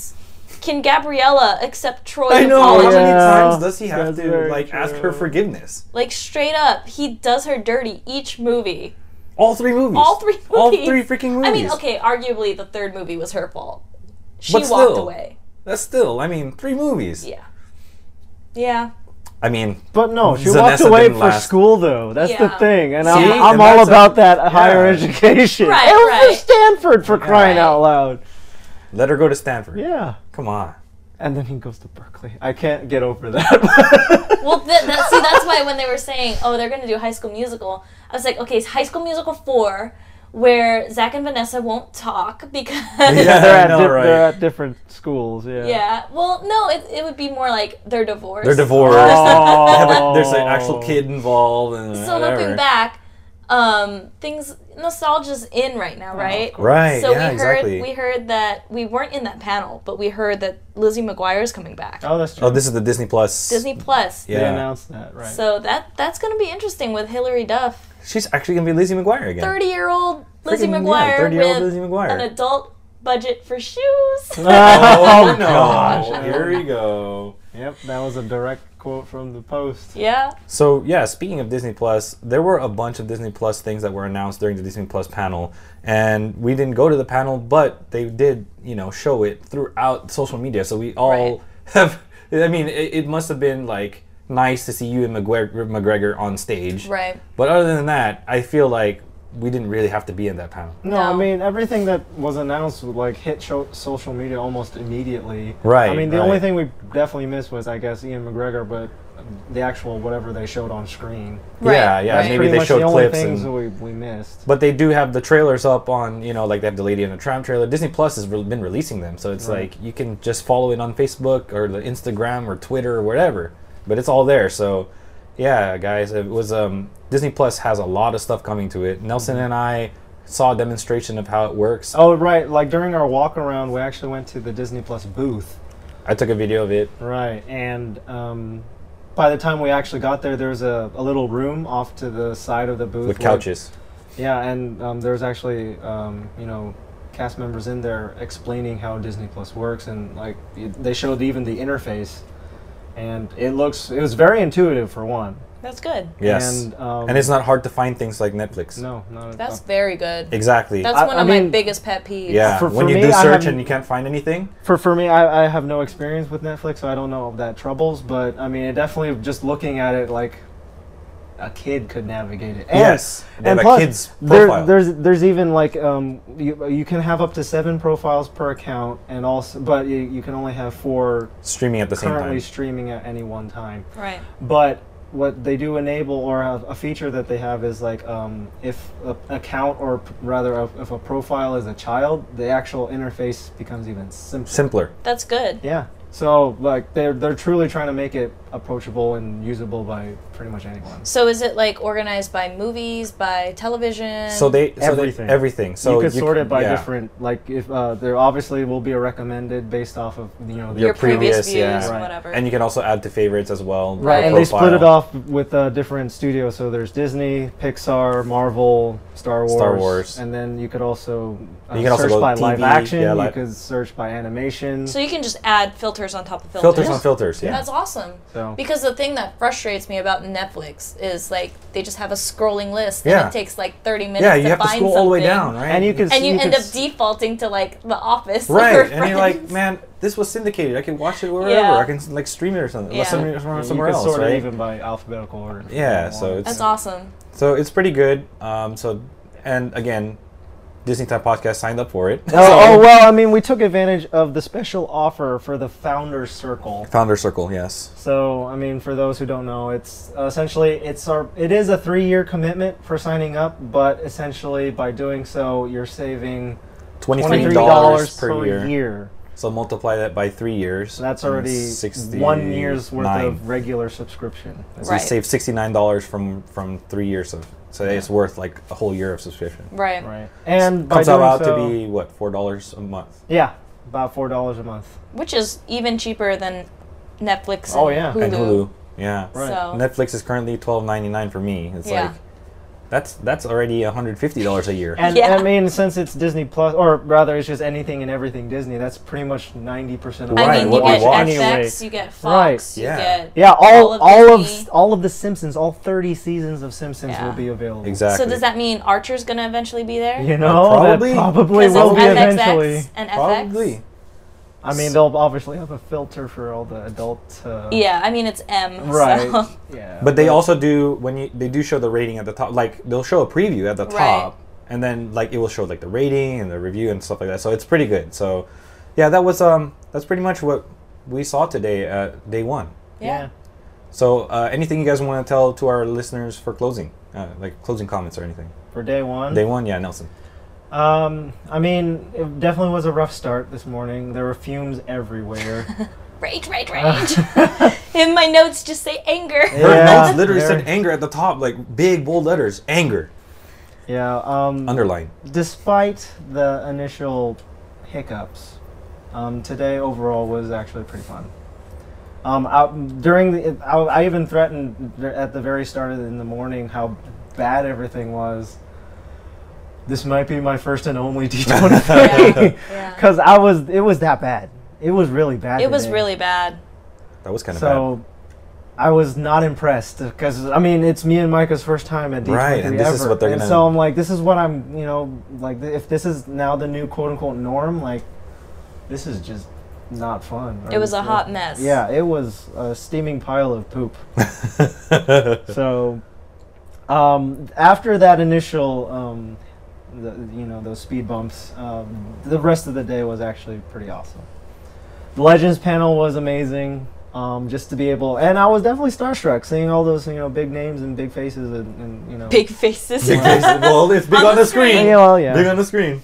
[SPEAKER 4] can gabriella accept troy
[SPEAKER 2] I know how
[SPEAKER 4] apology?
[SPEAKER 2] many
[SPEAKER 3] Yeah,
[SPEAKER 2] times does he have
[SPEAKER 3] that's
[SPEAKER 2] to
[SPEAKER 3] very
[SPEAKER 2] like ask her
[SPEAKER 3] true.
[SPEAKER 2] forgiveness?
[SPEAKER 4] like straight up he does her dirty each movie
[SPEAKER 2] All three movies.
[SPEAKER 4] all three movies
[SPEAKER 2] [laughs] All three freaking movies.
[SPEAKER 4] i mean okay arguably the third movie was her fault she
[SPEAKER 2] But
[SPEAKER 4] walked
[SPEAKER 2] still.
[SPEAKER 4] away
[SPEAKER 2] That's still, I mean, three movies.
[SPEAKER 4] yeah yeah
[SPEAKER 2] I mean,
[SPEAKER 3] But no, she
[SPEAKER 2] Zanessa
[SPEAKER 3] walked away
[SPEAKER 2] didn't
[SPEAKER 3] for
[SPEAKER 2] last.
[SPEAKER 3] school though. That's the
[SPEAKER 4] Yeah.
[SPEAKER 3] thing, and
[SPEAKER 2] See?
[SPEAKER 3] I'm, I'm
[SPEAKER 2] And
[SPEAKER 3] all
[SPEAKER 2] that's a-
[SPEAKER 3] about that higher
[SPEAKER 2] Yeah.
[SPEAKER 3] education.
[SPEAKER 4] Right,
[SPEAKER 3] it was
[SPEAKER 4] right.
[SPEAKER 3] for Stanford for crying
[SPEAKER 4] Right.
[SPEAKER 3] out loud.
[SPEAKER 2] let her go to Stanford.
[SPEAKER 3] Yeah,
[SPEAKER 2] Come on.
[SPEAKER 3] and then he goes to Berkeley. I can't get over that. [laughs]
[SPEAKER 4] well th- that, see that's why when they were saying oh they're gonna do high school musical i was like okay it's high school musical 4 where zach and vanessa won't talk [laughs] because
[SPEAKER 2] Yeah.
[SPEAKER 3] they're,
[SPEAKER 2] [laughs] I
[SPEAKER 3] at
[SPEAKER 2] know,
[SPEAKER 3] di-
[SPEAKER 2] right?
[SPEAKER 3] they're at different schools. Yeah.
[SPEAKER 4] Yeah. Well, no, it, it would be more like they're divorced.
[SPEAKER 2] They're divorced. They [laughs] have a-
[SPEAKER 3] Oh.
[SPEAKER 2] there's an actual kid involved. And
[SPEAKER 4] So
[SPEAKER 2] whatever.
[SPEAKER 4] looking back, um, things nostalgia's in right now, right?
[SPEAKER 2] Right.
[SPEAKER 4] So
[SPEAKER 2] yeah,
[SPEAKER 4] we heard
[SPEAKER 2] exactly.
[SPEAKER 4] we heard that we weren't in that panel, but we heard that Lizzie McGuire is coming back.
[SPEAKER 3] Oh, that's true.
[SPEAKER 2] oh, this is the Disney Plus.
[SPEAKER 4] Disney Plus.
[SPEAKER 2] Yeah.
[SPEAKER 3] They announced that, right? [laughs]
[SPEAKER 4] So [laughs] that that's gonna be interesting with Hilary Duff,
[SPEAKER 2] She's actually going to be Lizzie McGuire again.
[SPEAKER 4] thirty year old Lizzie
[SPEAKER 2] Freaking- yeah,
[SPEAKER 4] McGuire
[SPEAKER 2] 30-year-old
[SPEAKER 4] with
[SPEAKER 2] Lizzie McGuire.
[SPEAKER 4] an adult budget for shoes. [laughs]
[SPEAKER 2] Oh,
[SPEAKER 3] oh,
[SPEAKER 2] no.
[SPEAKER 3] gosh.
[SPEAKER 2] Here we go.
[SPEAKER 3] Yep, that was a direct quote from the post.
[SPEAKER 4] yeah.
[SPEAKER 2] So yeah, speaking of Disney Plus, there were a bunch of Disney Plus things that were announced during the Disney Plus panel, and we didn't go to the panel, but they did, you know, show it throughout social media. So we all
[SPEAKER 4] Right.
[SPEAKER 2] [laughs] have. I mean, it, it must have been like nice to see you and McGregor, McGregor on stage,
[SPEAKER 4] Right.
[SPEAKER 2] But other than that, I feel like we didn't really have to be in that panel,
[SPEAKER 3] No, I
[SPEAKER 4] No.
[SPEAKER 3] mean everything that was announced would like hit sho- social media almost immediately.
[SPEAKER 2] Right,
[SPEAKER 3] I mean the
[SPEAKER 2] right.
[SPEAKER 3] only thing we definitely missed was I guess Ian McGregor, but the actual whatever they showed on screen.
[SPEAKER 4] Right.
[SPEAKER 2] Yeah, yeah,
[SPEAKER 4] Right.
[SPEAKER 2] maybe
[SPEAKER 3] Pretty
[SPEAKER 2] they
[SPEAKER 3] much
[SPEAKER 2] showed
[SPEAKER 3] the only
[SPEAKER 2] clips
[SPEAKER 3] things
[SPEAKER 2] and-
[SPEAKER 3] that we, we missed.
[SPEAKER 2] but they do have the trailers up on, you know, like they have the Lady and the Tramp trailer. Disney Plus has re- been releasing them, so it's like you can just follow it on Facebook or the Instagram or Twitter or whatever. But it's all there, so yeah, guys, it was um, Disney Plus has a lot of stuff coming to it. Nelson
[SPEAKER 3] Mm-hmm.
[SPEAKER 2] and I saw a demonstration of how it works.
[SPEAKER 3] Oh right, like during our walk around, we actually went to the Disney Plus booth.
[SPEAKER 2] I took a video of it.
[SPEAKER 3] Right, and um, by the time we actually got there, there was a, a little room off to the side of the booth
[SPEAKER 2] With
[SPEAKER 3] where-
[SPEAKER 2] couches,
[SPEAKER 3] Yeah, and um, there's actually um, you know cast members in there explaining how Disney Plus works, and like it, they showed even the interface, and it looks it was very intuitive for one.
[SPEAKER 4] That's good.
[SPEAKER 2] yes, and,
[SPEAKER 3] and, um,
[SPEAKER 2] it's not hard to find things like Netflix.
[SPEAKER 3] No, not
[SPEAKER 4] That's very good.
[SPEAKER 2] Exactly.
[SPEAKER 4] That's
[SPEAKER 3] I-
[SPEAKER 4] one
[SPEAKER 3] I
[SPEAKER 4] of my
[SPEAKER 3] mean-
[SPEAKER 4] biggest pet peeves.
[SPEAKER 2] yeah,
[SPEAKER 3] For-
[SPEAKER 2] when
[SPEAKER 3] for
[SPEAKER 2] you
[SPEAKER 3] me,
[SPEAKER 2] do
[SPEAKER 3] I
[SPEAKER 2] search
[SPEAKER 3] haven't-
[SPEAKER 2] and you can't find anything,
[SPEAKER 3] for for me. I, I have no experience with Netflix, so I don't know of that troubles. But I mean, it definitely just looking at it like a kid could navigate it. And,
[SPEAKER 2] Yes, they have
[SPEAKER 3] and
[SPEAKER 2] a
[SPEAKER 3] plus,
[SPEAKER 2] kid's
[SPEAKER 3] there-
[SPEAKER 2] profile.
[SPEAKER 3] there's there's even like um you, you can have up to seven profiles per account, and also but you, you can only have four
[SPEAKER 2] streaming at the same
[SPEAKER 3] currently
[SPEAKER 2] time.
[SPEAKER 3] streaming at any one time.
[SPEAKER 4] Right.
[SPEAKER 3] But what they do enable, or a, a feature that they have, is like um, if an account, or p- rather, a, if a profile is a child, the actual interface becomes even simpler.
[SPEAKER 2] Simpler.
[SPEAKER 4] That's good.
[SPEAKER 3] yeah. So like they're they're truly trying to make it approachable and usable by pretty much anyone.
[SPEAKER 4] So is it like organized by movies, by television?
[SPEAKER 2] So they so everything.
[SPEAKER 3] Everything.
[SPEAKER 2] They, everything. So
[SPEAKER 3] you could sort
[SPEAKER 2] c-
[SPEAKER 3] it by
[SPEAKER 2] yeah.
[SPEAKER 3] different, like if uh, there obviously will be a recommended based off of you know the
[SPEAKER 4] Your previous views,
[SPEAKER 3] Right.
[SPEAKER 4] whatever.
[SPEAKER 2] And you can also add to favorites as well.
[SPEAKER 3] Right,
[SPEAKER 2] or
[SPEAKER 3] and they split it
[SPEAKER 2] profile.
[SPEAKER 3] off with uh, different studios. So there's Disney, Pixar, Marvel, Star Wars,
[SPEAKER 2] Star Wars.
[SPEAKER 3] and then you could also uh,
[SPEAKER 2] You can also
[SPEAKER 3] search
[SPEAKER 2] go
[SPEAKER 3] by
[SPEAKER 2] TV,
[SPEAKER 3] live action.
[SPEAKER 2] yeah, li-
[SPEAKER 3] you could search by animation.
[SPEAKER 4] So you can just add filters filters on top of filters.
[SPEAKER 2] Filters on filters, yeah.
[SPEAKER 4] That's awesome.
[SPEAKER 3] So-
[SPEAKER 4] Because the thing that frustrates me about Netflix is like they just have a scrolling list and
[SPEAKER 2] Yeah.
[SPEAKER 4] it takes like 30 minutes
[SPEAKER 2] yeah, you
[SPEAKER 4] to
[SPEAKER 2] have to
[SPEAKER 4] find
[SPEAKER 2] scroll all the way
[SPEAKER 4] something.
[SPEAKER 2] down, right?
[SPEAKER 3] and you
[SPEAKER 4] [laughs]
[SPEAKER 3] can
[SPEAKER 4] And you,
[SPEAKER 3] can
[SPEAKER 4] end up
[SPEAKER 3] s-
[SPEAKER 4] defaulting to like The Office. or [laughs]
[SPEAKER 2] right, and you're like,
[SPEAKER 4] Friends.
[SPEAKER 2] man, this was syndicated. I can watch it wherever.
[SPEAKER 4] Yeah.
[SPEAKER 2] I can like stream it or something.
[SPEAKER 4] Yeah.
[SPEAKER 2] Or somewhere, somewhere,
[SPEAKER 3] you
[SPEAKER 2] somewhere
[SPEAKER 3] can
[SPEAKER 2] else,
[SPEAKER 3] sort
[SPEAKER 2] right?
[SPEAKER 3] it even by alphabetical order. if you
[SPEAKER 2] Yeah,
[SPEAKER 3] want.
[SPEAKER 2] so it's-
[SPEAKER 4] That's awesome.
[SPEAKER 2] So it's pretty good. Um, so, and again, Disney Time Podcast signed up for it.
[SPEAKER 3] Oh, oh, well, I mean, we took advantage of the special offer for the Founders Circle.
[SPEAKER 2] Founder Circle, yes.
[SPEAKER 3] So, I mean, for those who don't know, it's uh, essentially it's our it is a three year commitment for signing up, but essentially by doing so, you're saving
[SPEAKER 2] Twenty
[SPEAKER 3] twenty
[SPEAKER 2] three
[SPEAKER 3] three dollars
[SPEAKER 2] dollars per,
[SPEAKER 3] per
[SPEAKER 2] year.
[SPEAKER 3] year.
[SPEAKER 2] So multiply that by three years.
[SPEAKER 3] So that's
[SPEAKER 2] and
[SPEAKER 3] already
[SPEAKER 2] 69.
[SPEAKER 3] one year's worth of regular subscription.
[SPEAKER 2] So
[SPEAKER 4] Right.
[SPEAKER 2] you save sixty nine dollars from from three years of. So it's worth like a whole year of subscription.
[SPEAKER 4] Right.
[SPEAKER 3] Right. And by
[SPEAKER 2] Comes
[SPEAKER 3] doing
[SPEAKER 2] out
[SPEAKER 3] so,
[SPEAKER 2] to be what four dollars a month.
[SPEAKER 3] yeah, about four dollars a month.
[SPEAKER 4] Which is even cheaper than Netflix and
[SPEAKER 3] Oh, yeah.
[SPEAKER 4] Hulu.
[SPEAKER 2] And Hulu, yeah.
[SPEAKER 3] Right.
[SPEAKER 4] So
[SPEAKER 2] Netflix is currently twelve ninety nine for me. It's
[SPEAKER 4] Yeah.
[SPEAKER 2] like that's that's already one hundred fifty dollars a year.
[SPEAKER 3] [laughs] And
[SPEAKER 4] Yeah.
[SPEAKER 3] I mean, since it's Disney Plus, or rather, it's just anything and everything Disney. That's pretty much ninety percent of
[SPEAKER 4] I
[SPEAKER 2] Right,
[SPEAKER 4] mean,
[SPEAKER 2] what
[SPEAKER 4] you
[SPEAKER 2] we
[SPEAKER 4] get
[SPEAKER 2] watch.
[SPEAKER 4] FX, you get Fox,
[SPEAKER 3] Right.
[SPEAKER 4] you
[SPEAKER 2] Yeah.
[SPEAKER 4] get
[SPEAKER 3] Yeah, all
[SPEAKER 4] of
[SPEAKER 3] all of,
[SPEAKER 4] Disney.
[SPEAKER 3] s- all of the Simpsons, all thirty seasons of Simpsons
[SPEAKER 4] Yeah.
[SPEAKER 3] will be available.
[SPEAKER 2] exactly. Uh,
[SPEAKER 4] So does that mean Archer's gonna eventually be there?
[SPEAKER 3] You know,
[SPEAKER 2] probably.
[SPEAKER 3] that probably
[SPEAKER 4] Because
[SPEAKER 3] will
[SPEAKER 4] of
[SPEAKER 3] be
[SPEAKER 4] FXX
[SPEAKER 3] eventually.
[SPEAKER 4] and FX.
[SPEAKER 2] Probably.
[SPEAKER 3] I mean, they'll obviously have a filter for all the adult. Uh,
[SPEAKER 4] Yeah, I mean it's M.
[SPEAKER 3] Right.
[SPEAKER 4] [laughs] So.
[SPEAKER 3] Yeah.
[SPEAKER 2] But they also do when you they do show the rating at the top. Like they'll show a preview at the
[SPEAKER 4] Right.
[SPEAKER 2] top, and then like it will show like the rating and the review and stuff like that. So it's pretty good. So, yeah, that was um that's pretty much what we saw today at day one.
[SPEAKER 4] Yeah.
[SPEAKER 2] So uh, anything you guys want to tell to our listeners for closing, uh, like closing comments or anything?
[SPEAKER 3] For day one.
[SPEAKER 2] Day one, yeah, Nelson.
[SPEAKER 3] um, I mean, it definitely was a rough start this morning. There were fumes
[SPEAKER 4] [laughs]
[SPEAKER 3] everywhere.
[SPEAKER 4] Rage,
[SPEAKER 3] [laughs]
[SPEAKER 4] rage, rage. In my notes, just say anger.
[SPEAKER 2] Her
[SPEAKER 3] Yeah,
[SPEAKER 2] notes literally
[SPEAKER 3] very-
[SPEAKER 2] said anger at the top, like big bold letters, anger
[SPEAKER 3] yeah. Um,
[SPEAKER 2] underline.
[SPEAKER 3] despite the initial hiccups, um, today overall was actually pretty fun. Um, I, during the, I, I even threatened at the very start of the, in the morning how bad everything was. This might be my first and only [laughs] D23
[SPEAKER 4] Yeah.
[SPEAKER 3] because I was it was that bad. It was really bad.
[SPEAKER 4] It was
[SPEAKER 3] today.
[SPEAKER 4] really bad.
[SPEAKER 2] That was kind of bad.
[SPEAKER 3] so. I was not impressed because I mean it's me and Micah's first time at D23
[SPEAKER 2] Right, and this
[SPEAKER 3] ever,
[SPEAKER 2] is what they're
[SPEAKER 3] and
[SPEAKER 2] gonna-
[SPEAKER 3] so I'm like, this is what I'm, you know, like th- if this is now the new quote unquote norm, like this is just not fun.
[SPEAKER 4] It was a
[SPEAKER 3] Or-
[SPEAKER 4] hot mess.
[SPEAKER 3] Yeah, it was a steaming pile of poop. so, um, after that initial, um, the, you know, those speed bumps, um, the rest of the day was actually pretty awesome. The Legends panel was amazing. Um, just to be able, and I was definitely starstruck seeing all those, you know, big names and big faces and, and you know,
[SPEAKER 4] Big
[SPEAKER 2] [laughs]
[SPEAKER 4] faces.
[SPEAKER 2] Big face- well, it's big on, the screen.
[SPEAKER 3] Yeah, well, yeah.
[SPEAKER 2] Big on the screen.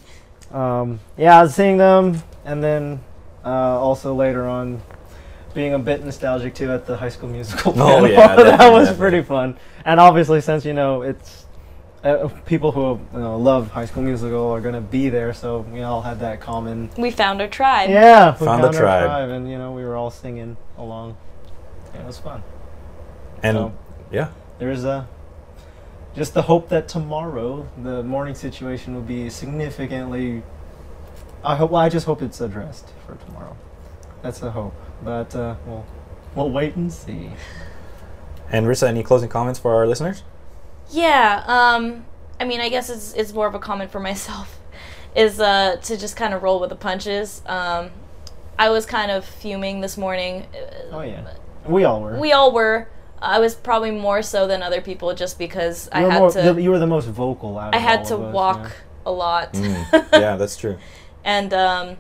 [SPEAKER 3] um, yeah, I was seeing them, and then uh, also later on, being a bit nostalgic too at the High School Musical.
[SPEAKER 2] Oh,
[SPEAKER 3] panel.
[SPEAKER 2] yeah,
[SPEAKER 3] [laughs] that was
[SPEAKER 2] definitely.
[SPEAKER 3] pretty fun. And obviously, since you know it's uh, people who you know, love High School Musical are gonna be there, so we all had that common.
[SPEAKER 4] [laughs] We found our tribe.
[SPEAKER 3] Yeah, we
[SPEAKER 2] Found the
[SPEAKER 3] our
[SPEAKER 2] tribe.
[SPEAKER 3] and you know we were all singing along. Yeah, it was fun.
[SPEAKER 2] And
[SPEAKER 3] So-
[SPEAKER 2] yeah,
[SPEAKER 3] There's a just the hope that tomorrow the morning situation will be significantly. I hope. Well, I just hope it's addressed for tomorrow. That's a hope, but uh, we'll we'll wait and see.
[SPEAKER 2] and Rissa, any closing comments for our [laughs] listeners?
[SPEAKER 4] Yeah, um, I mean, I guess it's, it's more of a comment for myself, [laughs] is uh, to just kind of roll with the punches. Um, I was kind of fuming this morning.
[SPEAKER 3] Oh yeah, we all were.
[SPEAKER 4] We all were. I was probably more so than other people just because I
[SPEAKER 3] you were
[SPEAKER 4] had
[SPEAKER 3] more-
[SPEAKER 4] to.
[SPEAKER 3] the- you were the most vocal. Out
[SPEAKER 4] I
[SPEAKER 3] of
[SPEAKER 4] had
[SPEAKER 3] all
[SPEAKER 4] to
[SPEAKER 3] of us,
[SPEAKER 4] walk
[SPEAKER 3] yeah.
[SPEAKER 4] a lot.
[SPEAKER 2] Mm,
[SPEAKER 3] Mm,
[SPEAKER 4] [laughs]
[SPEAKER 2] yeah, that's true.
[SPEAKER 4] and um,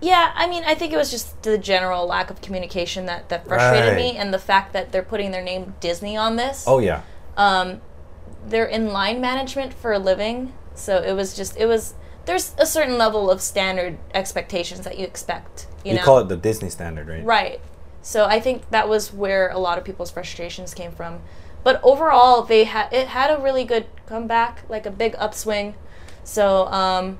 [SPEAKER 4] yeah, I mean, I think it was just the general lack of communication that, that frustrated
[SPEAKER 2] Right.
[SPEAKER 4] me, and the fact that they're putting their name Disney on this.
[SPEAKER 2] Oh yeah,
[SPEAKER 4] Um, they're in line management for a living, so it was just it was. There's a certain level of standard expectations that you expect. You,
[SPEAKER 2] you,
[SPEAKER 4] know,
[SPEAKER 2] call it the Disney standard, right?
[SPEAKER 4] Right. So I think that was where a lot of people's frustrations came from. But overall, they had it had a really good comeback, like a big upswing. So um,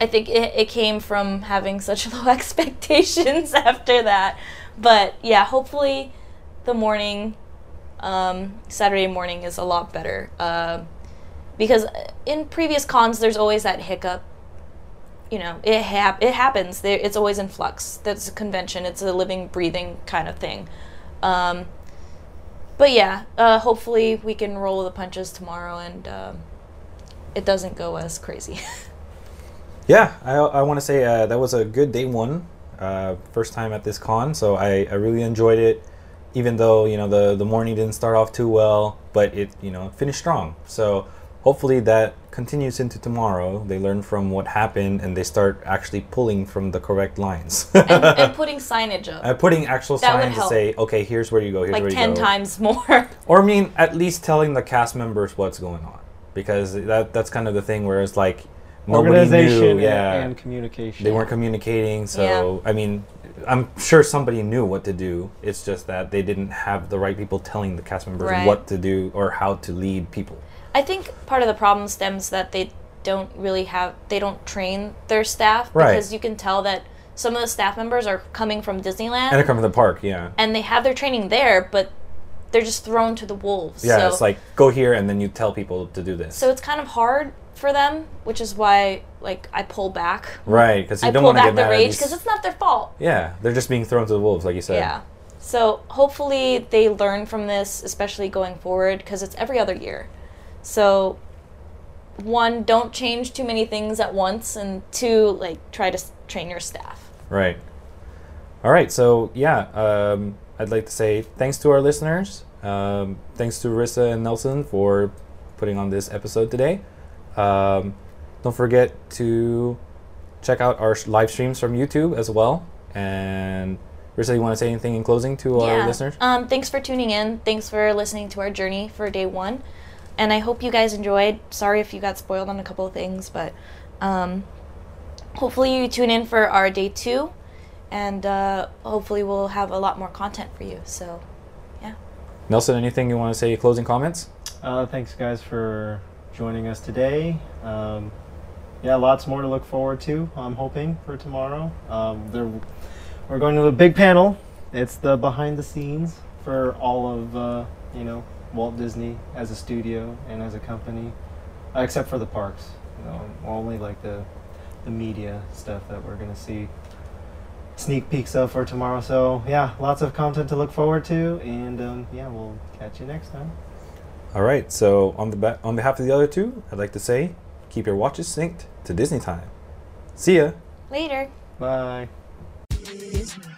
[SPEAKER 4] I think it, it came from having such [laughs] low expectations [laughs] after that. But yeah, hopefully, the morning, um, Saturday morning is a lot Uh, better. Um because in previous cons, there's always that hiccup you know, it hap- it happens. There, it's always in flux. That's a convention. It's a living, breathing kind of thing. Um, but yeah, uh, hopefully we can roll the punches tomorrow, and um, it doesn't go as crazy. [laughs]
[SPEAKER 2] Yeah, I, I want to say uh, that was a good day one, uh, first time at this con, so I, I really enjoyed it. Even though you know the the morning didn't start off too well, but it you know finished strong. So hopefully that continues into tomorrow. They learn from what happened and they start actually pulling from the correct lines. [laughs]
[SPEAKER 4] and, and putting signage up
[SPEAKER 2] Uh, putting actual
[SPEAKER 4] That would
[SPEAKER 2] signs to
[SPEAKER 4] help.
[SPEAKER 2] say, okay, here's where you go, here's
[SPEAKER 4] like
[SPEAKER 2] where you
[SPEAKER 4] ten
[SPEAKER 2] go.
[SPEAKER 4] times more. [laughs]
[SPEAKER 2] Or I mean, at least telling the cast members what's going on, because that that's kind of the thing where it's like nobody
[SPEAKER 3] Organization
[SPEAKER 2] knew, yeah,
[SPEAKER 3] and communication.
[SPEAKER 2] they weren't communicating. So I mean, I'm sure somebody knew what to do. It's just that they didn't have the right people telling the cast members
[SPEAKER 4] Right.
[SPEAKER 2] what to do or how to lead people.
[SPEAKER 4] I think part of the problem stems that they don't really have they don't train their staff
[SPEAKER 2] Right.
[SPEAKER 4] because you can tell that some of the staff members are coming from Disneyland
[SPEAKER 2] And
[SPEAKER 4] and,
[SPEAKER 2] they come to the park, yeah,
[SPEAKER 4] they have their training there, but they're just thrown to the wolves.
[SPEAKER 2] yeah.
[SPEAKER 4] so,
[SPEAKER 2] It's like go here and then you tell people to do this,
[SPEAKER 4] so it's kind of hard for them, which is why like I pull back.
[SPEAKER 2] right? Because you
[SPEAKER 4] I
[SPEAKER 2] don't
[SPEAKER 4] pull
[SPEAKER 2] want to get mad
[SPEAKER 4] back the
[SPEAKER 2] at
[SPEAKER 4] rage
[SPEAKER 2] these-
[SPEAKER 4] because it's not their fault.
[SPEAKER 2] yeah, they're just being thrown to the wolves, like you said.
[SPEAKER 4] Yeah. So hopefully they learn from this, especially going forward, because it's every other year. So, one, don't change too many things at once, and two, like try to s- train your staff.
[SPEAKER 2] Right. All right. So yeah, um, I'd like to say thanks to our listeners. Um, thanks to Rissa and Nelson for putting on this episode today. Um, don't forget to check out our sh- live streams from YouTube as well. And Rissa, you want to say anything in closing to our listeners?
[SPEAKER 4] Um, thanks for tuning in. Thanks for listening to our journey for day one, and I hope you guys enjoyed. Sorry if you got spoiled on a couple of things, but um, hopefully you tune in for our day two, and uh, hopefully we'll have a lot more content for you. So, yeah.
[SPEAKER 2] Nelson, anything you want to say? Closing comments.
[SPEAKER 3] Uh, thanks, guys, for joining us today. Um, yeah, lots more to look forward to. I'm hoping for tomorrow. Um, there, we're going to a big panel. It's the behind the scenes for all of uh, you know Walt Disney as a studio and as a company, uh, except for the parks. You know, only like the the media stuff that we're gonna see sneak peeks of for tomorrow. So yeah, lots of content to look forward to, and um, yeah, we'll catch you next time.
[SPEAKER 2] All right. So on the ba- on behalf of the other two, I'd like to say keep your watches synced to Disney time. See ya.
[SPEAKER 4] Later.
[SPEAKER 3] Bye.
[SPEAKER 5] Disney.